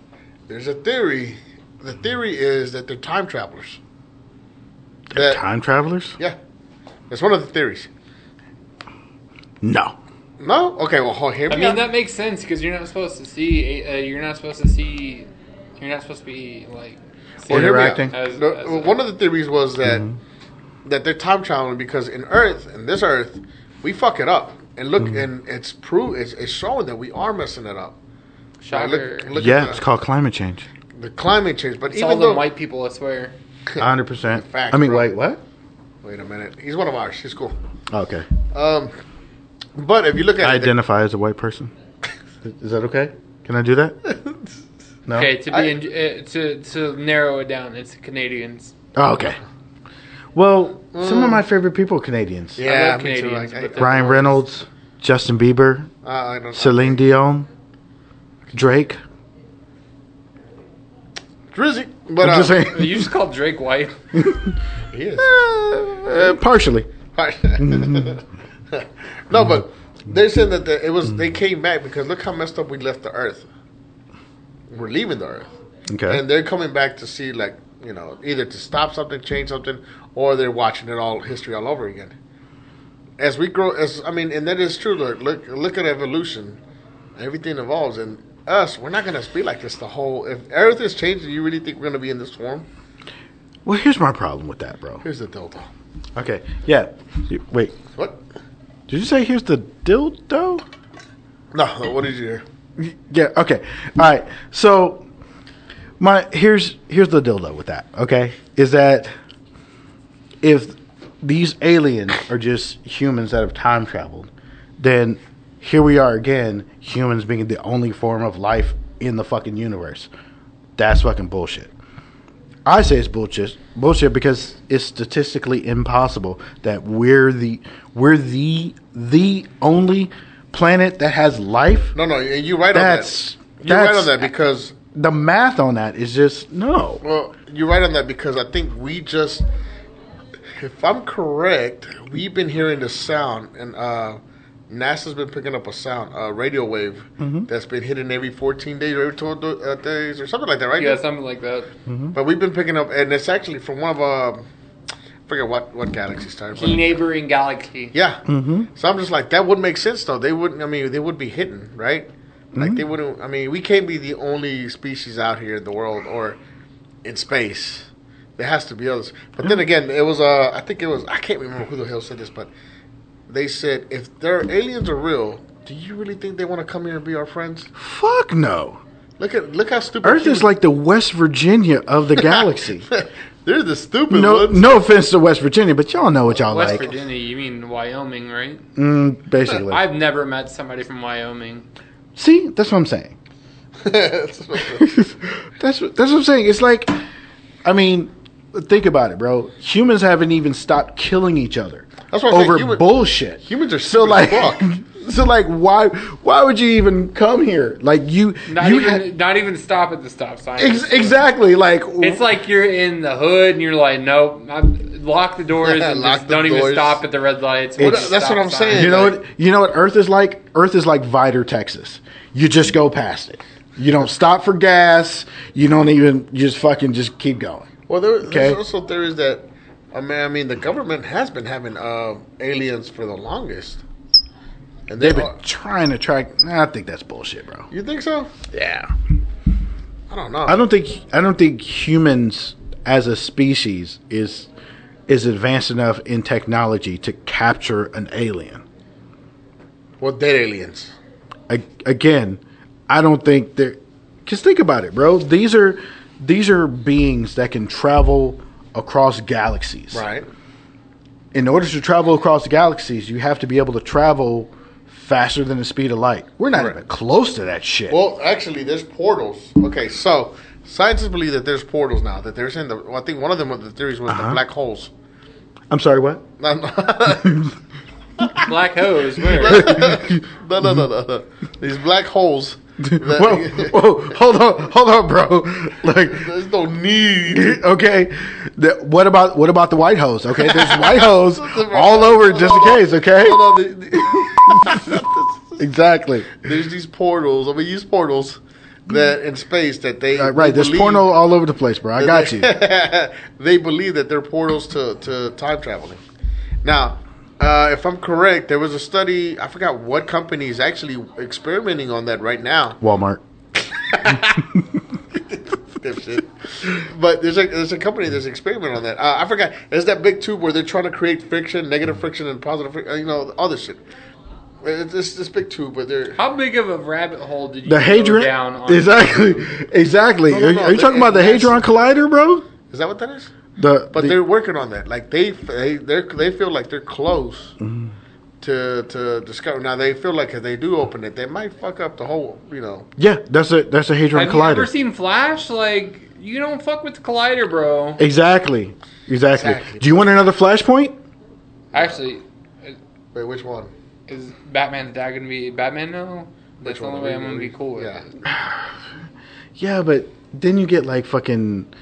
there's a theory. The theory is that they're time travelers. They're time travelers? Yeah, that's one of the theories. No. No? Okay. Well, hold- hear me I mean, out. that makes sense because you're not supposed to see. Uh, you're not supposed to see. You're not supposed to be like Well, hear me out. Interacting. Mm-hmm. As- No, as well, one of the theories was that that they're time traveling because in Earth, in this Earth, we fuck it up. And look, Mm-hmm. and it's proof. It's, it's showing that we are messing it up. Like, Shocker. look yeah, at it's the, called climate change. the climate change. But It's all even the though, white people, I swear. 100%. Fact, I mean, bro. wait, what? Oh, wait a minute, he's one of ours. He's cool. Okay. Um, but if you look at I it, identify as a white person. Is that okay? Can I do that? No. Okay, to be I- in, uh, to to narrow it down, it's Canadians. Oh, okay. Well, some of my favorite people are Canadians. Mm. yeah, I love me too, Canadians, like, but I, Ryan Reynolds, Justin Bieber, I, I don't. Celine Dion, Drake. Drizzy, but I'm just uh, saying. You just called Drake white. he is. Uh, partially. Right. no, but they're saying that the, it was they came back because look how messed up we left the Earth. We're leaving the Earth, Okay. and they're coming back to see like you know either to stop something, change something, or they're watching it all history all over again. As we grow, as I mean, and that is true. Look, look, look at evolution. Everything evolves, and us, we're not going to be like this the whole. If Earth is changing, you really think we're going to be in this form? well, here's my problem with that, bro. Here's the dildo. Okay. Yeah. You- Wait. What? Did you say here's the dildo? No. What did you hear? Yeah. Okay. All right. So my here's here's the dildo with that. Okay, is that if these aliens are just humans that have time traveled, then here we are again, humans being the only form of life in the fucking universe. That's fucking bullshit. I say it's bullshit. Bullshit because it's statistically impossible that we're the we're the the only planet that has life No, no. and You're right that's on that. You're right that's- on that because the math on that is just no. well, you're right on that because I think we just, if I'm correct, we've been hearing the sound and uh, NASA's been picking up a sound, a radio wave Mm-hmm. that's been hitting every 14 days or every 12 do- uh, days or something like that, right? Yeah, something like that. Mm-hmm. But we've been picking up, and it's actually from one of uh, I forget what what galaxy star. but- Key neighboring galaxy. Yeah. Mm-hmm. So I'm just like, that would make sense though. They wouldn't. I mean, they would be hidden, right? Mm-hmm. Like they wouldn't. I mean, we can't be the only species out here in the world or in space. There has to be others. But Mm-hmm. then again, it was. Uh, I think it was. I can't remember who the hell said this, but they said if their aliens are real, do you really think they want to come here and be our friends? Fuck no. Look at look how stupid Earth is human- like the West Virginia of the galaxy. They're the stupid no, ones. no offense to West Virginia, but y'all know what y'all West like. Virginia, you mean Wyoming, right? Mm, basically, I've never met somebody from Wyoming. see, that's what I'm saying. That's what, that's what I'm saying. It's like, I mean, think about it, bro. Humans haven't even stopped killing each other That's what I'm saying. over Human- bullshit. Humans are So stupid like, as fuck. So like, why why would you even come here? Like you Not you even, had- not even stop at the stop sign. ex- exactly like It's like you're in the hood and you're like, nope, I'm, lock the doors and Lock just the don't even doors. stop at the red lights. It's- Just stop sign. You know what? You know what Earth is like. Earth is like Vider, Texas. You just go past it. You don't stop for gas. You don't even. You just fucking just keep going. Well, there, Okay. there's also theories that, I mean, I mean, the government has been having uh, aliens for the longest. And they They've been are- trying to track. Nah, I think that's bullshit, bro. you think so? Yeah. I don't know. I don't think I don't think humans as a species is is advanced enough in technology to capture an alien. Well, dead aliens. I, again, I don't think they're. Cause think about it, bro. These are these are beings that can travel across galaxies. Right. In order to travel across the galaxies, you have to be able to travel faster than the speed of light. We're not even close to that shit. Well, actually, there's portals. Okay, so scientists believe that there's portals now. That there's in the. Well, I think one of them, the theories was the Uh-huh. black holes. I'm sorry, what? No, no. Black hose. Where? no, no, no, no, no. These black holes. whoa, whoa, hold on, hold on, bro. Like, there's no need. okay, the, what about what about the white hose? Okay, there's white hose all over just in case. Okay, Hold on, the- exactly. there's these portals. I mean, these portals that in space that they Uh, right, they there's porno all over the place, bro. I got you. they believe that they're portals to, to time traveling. Now, uh, if I'm correct, there was a study. I forgot what company is actually experimenting on that right now. Walmart. Dipshit. but there's a there's a company that's experimenting on that. Uh, I forgot. There's that big tube where they're trying to create friction, negative friction, and positive. Friction, you know, all this shit. It's this this big tube, but they're How big of a rabbit hole did you The go Hadron. down on? Exactly, exactly. No, no, are, no, you- are you the- talking about the that's- Hadron Collider, bro? Is that what that is? The But the- they're working on that. Like they they they they feel like they're close Mm-hmm. to to discover. Now they feel like if they do open it, they might fuck up the whole. You know, yeah, that's a that's a Hadron Have you Collider. ever seen Flash? Like, you don't fuck with the collider, bro. exactly, exactly. Exactly. Do you want another flashpoint? Actually, wait, which one? is Batman the Dad gonna be Batman now? That's the only way I'm gonna be cool with it. Yeah, but then you get like fucking.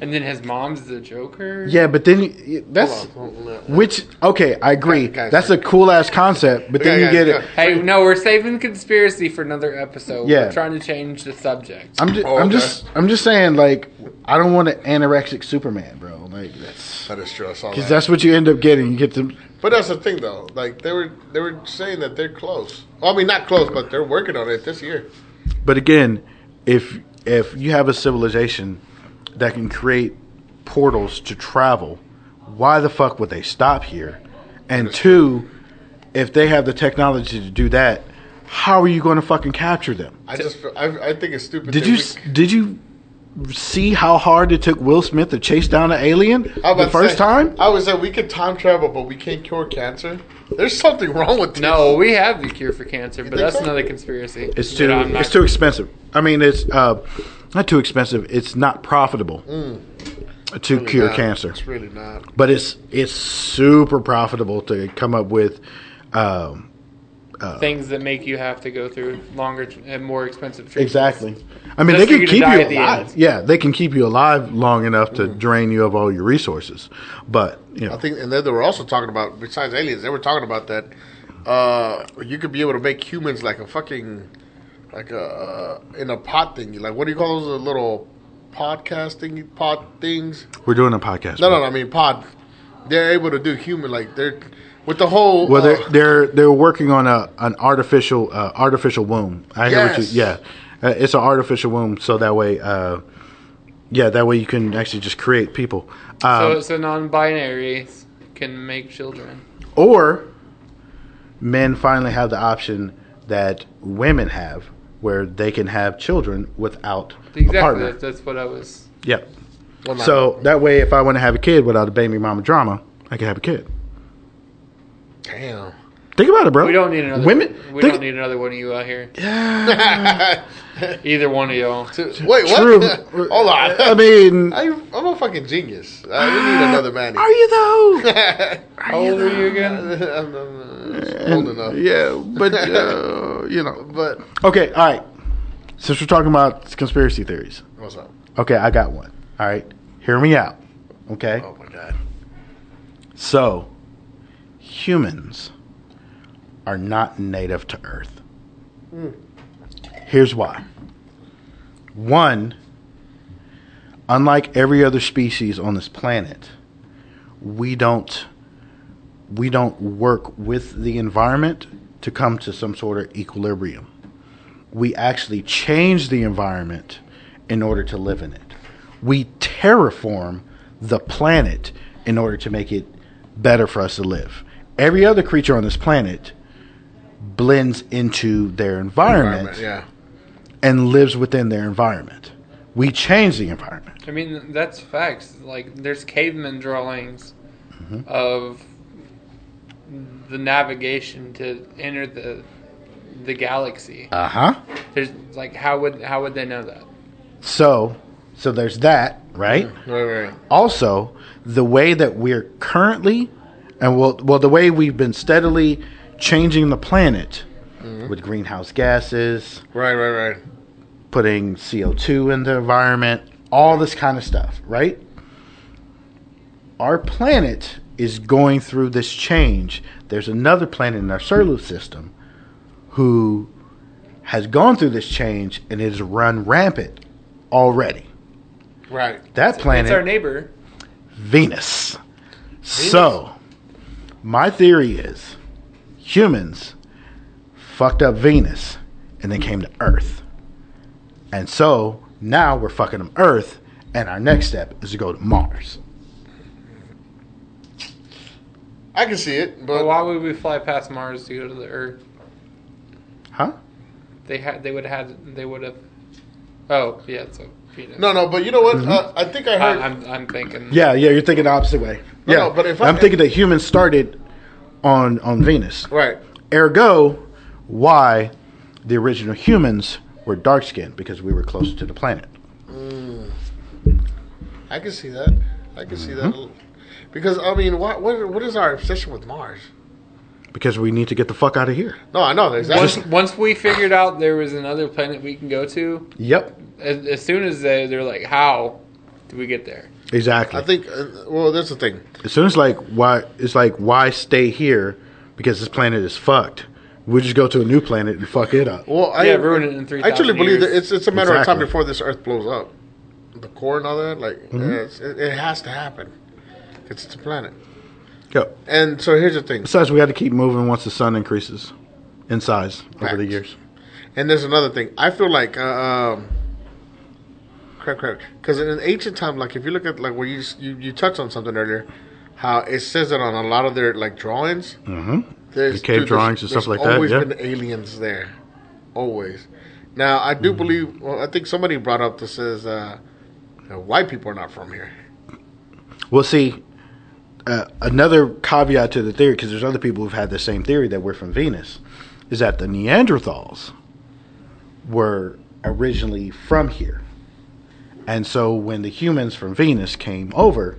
And then his mom's the Joker. Yeah, but then you, that's Hold on, hold which okay, I agree. that's a cool ass concept, but then you get it. Hey, no, we're saving conspiracy for another episode. Yeah. We're trying to change the subject. I'm just, I'm just, I'm just saying. Like, I don't want an anorexic Superman, bro. Like that's that is true. I saw because that. that's what you end up getting. You get the but that's the thing though. Like they were they were saying that they're close. Well, I mean, not close, but they're working on it this year. But again, if if you have a civilization that can create portals to travel, why the fuck would they stop here? And two, if they have the technology to do that, how are you going to fucking capture them? I just feel- I, I think it's stupid. Did that you we- s- did you see how hard it took Will Smith to chase down an alien I was the about to first say- time? I would say we could time travel, but we can't cure cancer. There's something wrong with this. No, we have the cure for cancer, but think that's so? another conspiracy. It's that too I'm not- it's too expensive. I mean, it's uh, not too expensive. It's not profitable Mm, to really cure not. cancer. It's really not. but it's it's super profitable to come up with um, uh, things that make you have to go through longer t- and more expensive treatments. exactly. I mean, Just they for can you to keep die you at the alive. end. Yeah, they can keep you alive long enough to drain you of all your resources. But you Mm-hmm. I know, think, and then they were also talking about besides aliens, they were talking about that uh, you could be able to make humans like a fucking like a uh, in a pot thingy. Like what do you call those uh, little podcast thingy pod things? we're doing a podcast. No, no, no. I mean pod. They're able to do human like they're with the whole. Well, uh, they're they're they're working on a an artificial uh, artificial womb. I hear what you. Yes. Yeah, uh, it's an artificial womb, so that way, uh, yeah, that way you can actually just create people. Um, so, so non-binaries can make children. or men finally have the option that women have where they can have children without a Exactly. partner. That, that's what I was. Yep. Well, not- so that way if I want to have a kid without a baby mama drama, I can have a kid. damn. Think about it, bro. We don't need another women. We think- don't need another one of you out here. Yeah. Either one of y'all. Wait, what? True. Hold on. I mean- I, I'm a fucking genius. Uh, we need another man. Are you though? How old are you again? I'm, I'm, uh, old enough. Yeah, but uh, you know. But Okay, all right. Since we're talking about conspiracy theories, what's up? okay, I got one. All right, hear me out. Okay. Oh my god. So, humans are not native to Earth. Mm. Here's why. One, unlike every other species on this planet, we don't we don't work with the environment to come to some sort of equilibrium. We actually change the environment in order to live in it. We terraform the planet in order to make it better for us to live. Every other creature on this planet blends into their environment, Yeah. and lives within their environment. We change the environment. I mean, that's facts. Like, there's caveman drawings Mm-hmm. of the navigation to enter the the galaxy. Uh huh. There's like, how would how would they know that? So, so there's that, right? Right, right. Also, the way that we're currently, and well, well, the way we've been steadily changing the planet with greenhouse gases, Right, right, right. putting CO2 in the environment, all this kind of stuff, right? Our planet is going through this change. There's another planet in our solar system who has gone through this change and is run rampant already. Right. That planet It's our neighbor. Venus. So, my theory is humans fucked up Venus and then came to Earth. And so now we're fucking them Earth, and our next step is to go to Mars. I can see it, But but why would we fly past Mars to go to the Earth? Huh? They had they would had they would have. Oh yeah, so Venus. no, no. But you know what? Uh, I think I I, heard. I'm I'm thinking. Yeah, yeah, you're thinking the opposite way. No, yeah, no, but if I- I'm thinking that humans started on on Venus. right. Ergo, why the original humans were dark skinned because we were closer to the planet. I can see that. I can see that. a little- Because I mean, what what what is our obsession with Mars? Because we need to get the fuck out of here. No, I know exactly. Once, once we figured out there was another planet we can go to, Yep. as, as soon as they they're like, how do we get there? Exactly. I think. Uh, well, that's the thing. As soon as like why it's like why stay here because this planet is fucked. We just go to a new planet and fuck it up. Well, I Yeah, ruin it in 3,000 I actually believe that it's years. it's a matter of time Exactly. before this Earth blows up, the core and all that. Like, yeah, it's, it, it has to happen. It's the planet. Go. And so here's the thing. Besides, we got to keep moving once the sun increases in size over the Facts. years. And there's another thing. I feel like, uh, um, crap, crap. Because in an ancient time, like if you look at like where you s- you, you touched on something earlier, how it says it on a lot of their like drawings. Mm-hmm. There's The cave drawings and stuff like that, Always yeah. been aliens there, always. Now I Mm-hmm. do believe. Well, I think somebody brought up this says uh, you know, white people are not from here. We'll see. Uh, another caveat to the theory, because there's other people who've had the same theory that we're from Venus, is that the Neanderthals were originally from here, and so when the humans from Venus came over,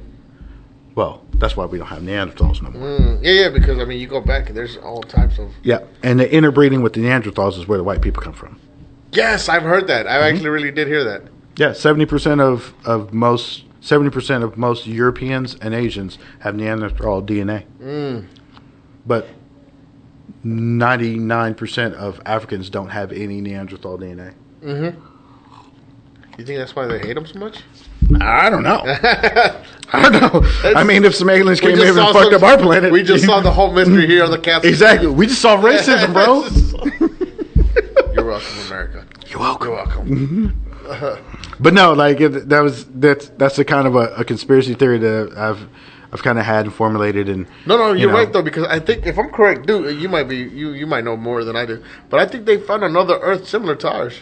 well, that's why we don't have Neanderthals no more. Mm, yeah, yeah. Because I mean, you go back and there's all types of. Yeah, and the interbreeding with the Neanderthals is where the white people come from. Yes, I've heard that. I Mm-hmm. actually really did hear that. Yeah, seventy percent of of most seventy percent of most Europeans and Asians have Neanderthal DNA, Mm. but ninety nine percent of Africans don't have any Neanderthal DNA. Mm-hmm. You think that's why they hate them so much? I don't know. I don't know. I mean, if some aliens We came just here and saw fucked up some- our planet, We just saw the whole mystery here on the capsule. exactly. We just saw racism, bro. You're welcome, America. You're welcome. You're welcome. But no, like it, that was that's that's a kind of a, a conspiracy theory that I've I've kind of had and formulated and No, no, you're you know, right though, because I think if I'm correct, dude, you might be you you might know more than I do, but I think they found another Earth similar to ours.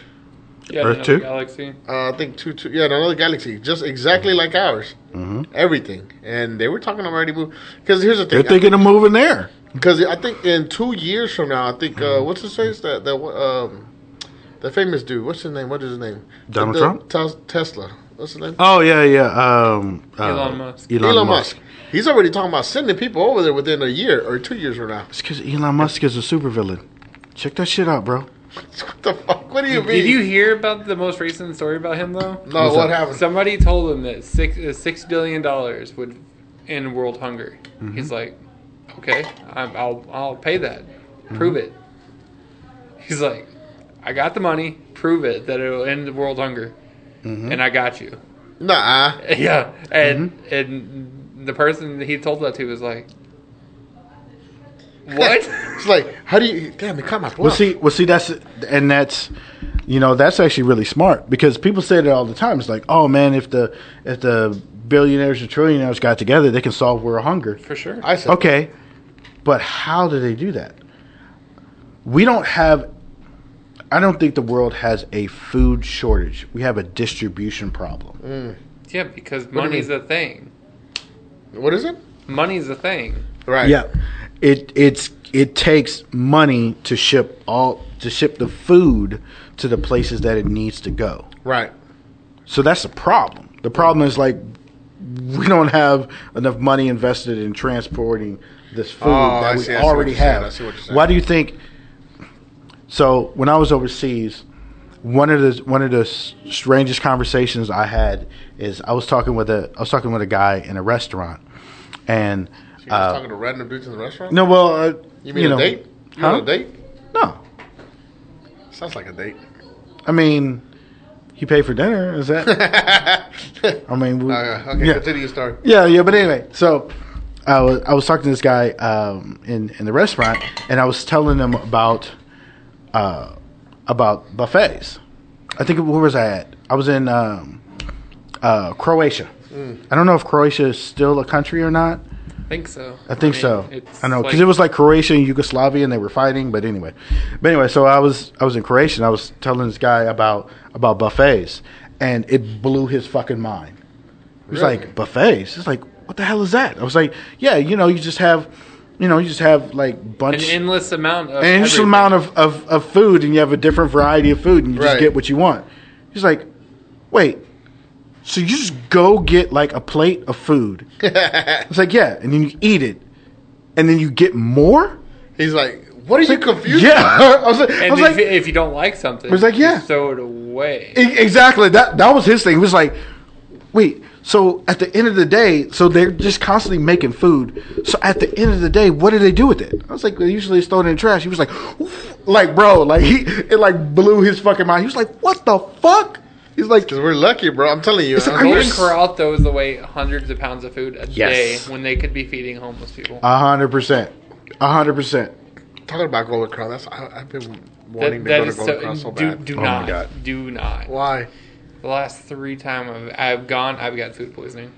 Yeah, Earth another two? Um, galaxy. Uh, I think two, two, yeah, in another galaxy, just exactly like ours. Mm-hmm. Everything, and they were talking about already moved. Because here's the They're thing, thinking of moving there. Because I think in two years from now, I think Mm-hmm. uh, what's his face that that um, the famous dude. What's his name? What is his name? Donald The- Trump? the- Tes- Tesla. What's his name? Oh yeah, yeah. Um, uh, Elon Musk. Elon Musk. He's already talking about sending people over there within a year or two years from now. It's because Elon Musk is a supervillain. Check that shit out, bro. What do you mean? Did you hear about the most recent story about him though? No, What's what up? happened? Somebody told him that six uh, six billion dollars would end world hunger. Mhm. He's like, okay, I'm, I'll I'll pay that. Mm-hmm. Prove it. He's like, I got the money. Prove it that it'll end world hunger, Mm-hmm. and I got you. Nah. Yeah, and Mm-hmm. and the person that he told that to was like, what? it's like, how do you? Damn, it caught my Well, bluff. see, well, see, that's and that's, you know, that's actually really smart because people say that all the time. It's like, oh man, if the if the billionaires and trillionaires got together, they can solve world hunger for sure. I said, okay, but how do they do that? We don't have. I don't think the world has a food shortage. We have a distribution problem. Yeah, because do you money's a thing. What is it? Money's a thing. Right. Yeah. It it's it takes money to ship all to ship the food to the places that it needs to go. Right. So that's the problem. The problem is like we don't have enough money invested in transporting this food Oh, that I we see, I see what already you're saying, have. I see what you're saying. Why do you think? So when I was overseas, one of the one of the strangest conversations I had is I was talking with a I was talking with a guy in a restaurant, and So you're uh, just talking to random dudes in the restaurant? no, well, uh, You mean a know, date? You huh? on a date? No, Sounds like a date. I mean, he paid for dinner. Is that? I mean, we, Uh, okay, continue your story. Yeah, yeah, but anyway, so I was I was talking to this guy um, in in the restaurant, and I was telling him about uh, about buffets. I think where was I at? I was in um, uh, Croatia. Mm. I don't know if Croatia is still a country or not. I think so. I think mean, so. it's I know because like- it was like Croatia and Yugoslavia, and they were fighting. But anyway, but anyway, so I was I was in Croatia. and I was telling this guy about about buffets, and it blew his fucking mind. It was like buffets. It's like what the hell is that? I was like, yeah, you know, you just have, you know, you just have like bunch an endless amount of an endless everything. amount of, of, of food and you have a different variety of food and you just Right. get what you want. He's like, wait, so you just go get like a plate of food. it's like, yeah, and then you eat it. And then you get more? He's like, what are you confused? Yeah. about? I was like, I And was if, like if you don't like something, I was like, you yeah. throw it away. e- exactly. That that was his thing. He was like, wait, so at the end of the day, so they're just constantly making food. So at the end of the day, what do they do with it? I was like, they usually it's thrown in the trash. He was like, like bro, like he it like blew his fucking mind. He was like, what the fuck? He's like, because we're lucky, bro. I'm telling you. It's like, I'm are you going- Golden Corral throws away hundreds of pounds of food a Yes. day when they could be feeding homeless people. A hundred percent. A hundred percent. talking about Golden Crown. That's I, I've been wanting That, that to is go to Golden so, Crown so do, bad. do Oh my not, God. do not. Why? The last three time I've, I've gone, I've got food poisoning.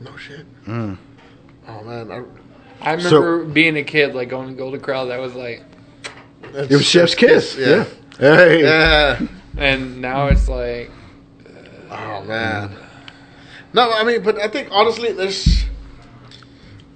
No shit. Mm. Oh man, I, I So- remember being a kid, like going to Golden Corral. That was like, that's- It was Chef's Kiss. Yeah. Hey. Yeah. and now it's like, Oh man. No, I mean, but I think honestly, there's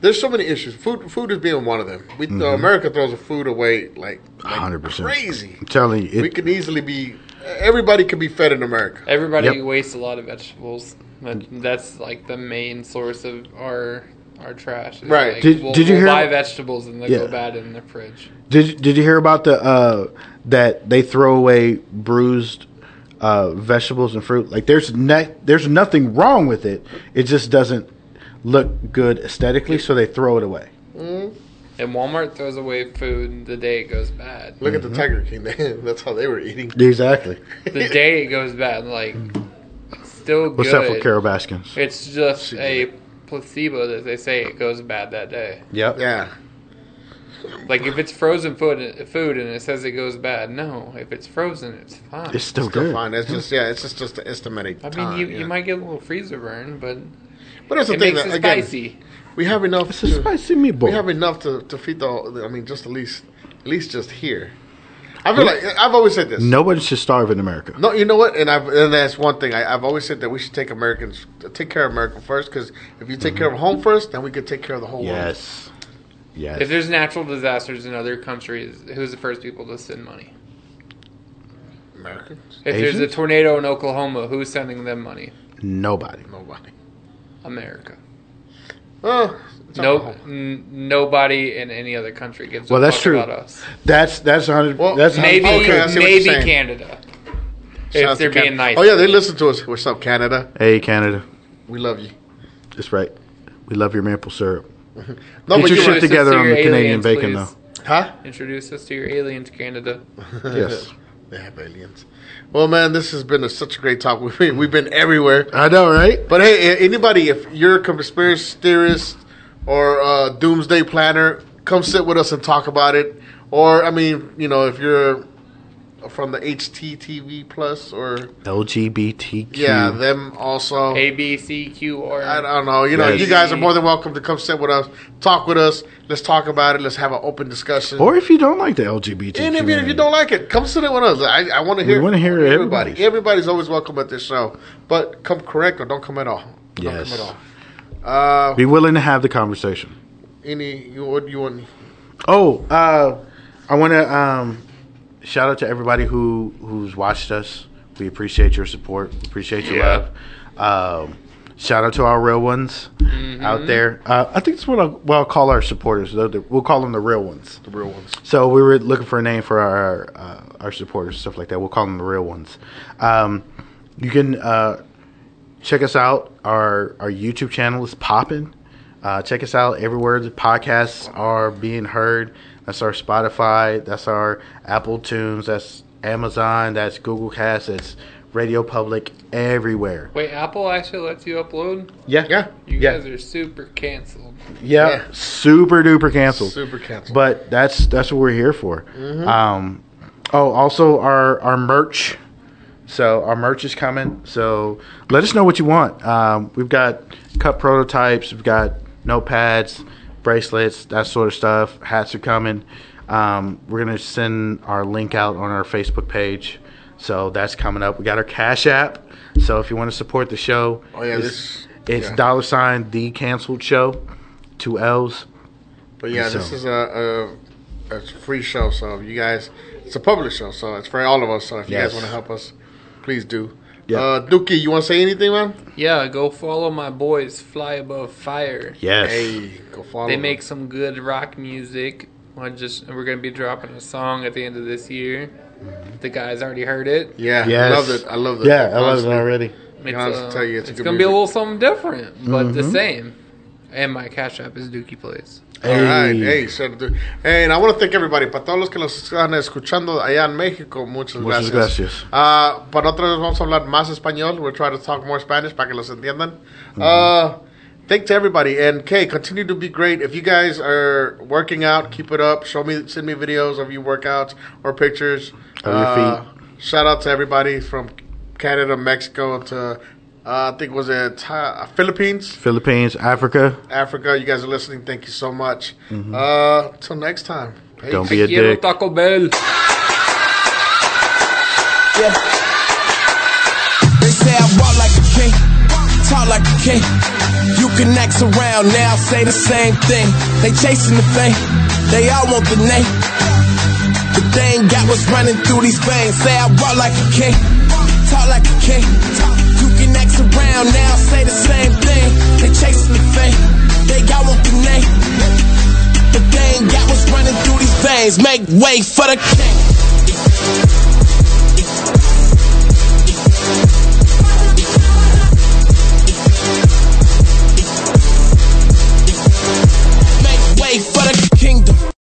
there's so many issues. Food food is being one of them. We uh, America throws food away like Mm-hmm. A hundred percent. crazy. I'm telling you, we it, can easily be everybody can be fed in America. everybody Yep. wastes a lot of vegetables. That- That's like the main source of our our trash. It's Right. like, Did- we'll, did you we'll hear- buy vegetables and they Yeah. go bad in the fridge. did did you hear about the uh that they throw away bruised uh vegetables and fruit? Like there's ne- there's nothing wrong with it. It just doesn't look good aesthetically, so they throw it away. And Walmart throws away food the day it goes bad. Look Mm-hmm. at the Tiger King. That's how they were eating. Exactly. The day it goes bad, like still good. What's up for Carol Baskins? It's just a placebo that they say it goes bad that day. Yep. Yeah. Like if it's frozen food, food and it says it goes bad, no. If it's frozen, it's fine. It's still Still good. fine. That's just yeah. It's just just the estimated. I mean, time, you, yeah. you might get a little freezer burn, but But that's the it thing. makes That, it again, spicy. we have enough. It's a to- spicy meatball. We have enough to, to feed the. whole- I mean, just at least, at least just here. I feel like I've always said this. Nobody should starve in America. No, you know what? And I've and that's one thing I, I've always said that we should take Americans take care of America first because if you take care of home first, then we can take care of the whole world. Mm-hmm. Yes. Yes. If there's natural disasters in other countries, who's the first people to send money? Americans, If there's a Asians? tornado in Oklahoma, who's sending them money? Nobody. nobody. America. Oh, no, n- nobody in any other country gives. Well, a that's fuck true. About us. That's that's hundred. that's maybe 100 maybe Canada. If they're being nice. Oh yeah, they listen to us. What's up, Canada? Hey, Canada. We love you. That's right. We love your maple syrup. No, Get but your you- shit together Introduce us to on the your Canadian aliens, bacon, please. though. Huh? Introduce us to your aliens, Canada. Yes. They have aliens. Well, man, this has been a, such a great talk. We've been, we've been everywhere. I know, right? But hey, a- anybody, if you're a conspiracy theorist or a doomsday planner, come sit with us and talk about it. Or, I mean, you know, if you're from the HTTV Plus or, LGBTQ. yeah, them also. A B C Q R. I don't know. You know, Yes. you guys are more than welcome to come sit with us, talk with us. Let's talk about it. Let's have an open discussion. Or if you don't like the LGBTQ, And if you, if you don't like it, come sit in with us. I, I want to We hear. wanna hear everybody. Everybody's always welcome at this show, but come correct or don't come at all. Don't Yes. come at all. Uh, be willing to have the conversation. any you what you want? Oh, uh, I want to um, shout out to everybody who who's watched us. We appreciate your support. We Appreciate your Yeah. love. Um, shout out to our real ones Mm-hmm. out there. Uh, I think it's what I'll, what I'll call our supporters. though, the- We'll call them the real ones. The real ones. So we were looking for a name for our uh, our supporters, stuff like that. We'll call them the real ones. Um, you can uh, check us out. Our our YouTube channel is popping. Uh, check us out everywhere the podcasts are being heard. That's our Spotify. That's our Apple Tunes. That's Amazon. That's Google Cast. That's Radio Public. Everywhere. Wait, Apple actually lets you upload. Yeah. Yeah. You Yeah. guys are super canceled. Yeah. Super duper canceled. Super canceled. But that's that's what we're here for. Mhm. Um, oh, also our our merch. So our merch is coming. So let us know what you want. Um, we've got cup prototypes. We've got notepads, bracelets, that sort of stuff. Hats are coming. Um, we're gonna send our link out on our Facebook page. So that's coming up. We got our Cash App. So if you want to support the show, Oh, yeah, it's, this- it's yeah. dollar sign the canceled show, two L's. But yeah, this So- is a, a a free show, so if you guys, it's a public show, so it's for all of us. So if you Yes. guys want to help us, please do. Yeah. Uh, Dookie, you want to say anything, man? Yeah, go follow my boys, Fly Above Fire. Yes. Hey, go follow. They them. make some good rock music. I just we're gonna be dropping a song at the end of this year. The guys already heard it. Mm-hmm. Yeah, Yes. I love it. I love it. Yeah, I love it already. It's, Honestly, uh, tell you, it's, it's good gonna be a music. little something different, but the Mhm. same. And my cash app is Dookie Plays. All right, hey, shout out to- hey, and I want to thank everybody. Para todos los que nos están escuchando allá en México, muchas, Muchas gracias. gracias. Ah, para otra vez vamos a hablar más español. We're trying to talk more Spanish para que los entiendan. Mm-hmm. Uh, thank to everybody. And Kay, continue to be great. If you guys are working out, keep it up. Show me, send me videos of you workouts or pictures. Of your Uh, Shout out to everybody from Canada, Mexico to, uh, I think, was it Tha- Philippines? Philippines, Africa. Africa, you guys are listening. Thank you so much. Mhm. Uh, till next time. Peace. Don't be a dick. Taco Bell. They say I walk like a king, talk like a king. You connects around now, say the same thing. They chasing the fame, they all want the name. The thing got what's running through these veins. Say I walk like a king, talk like a king. You connects around now, say the same thing. They chasing the fame, they all want the name. The thing got what's running through these veins. Make way for the king.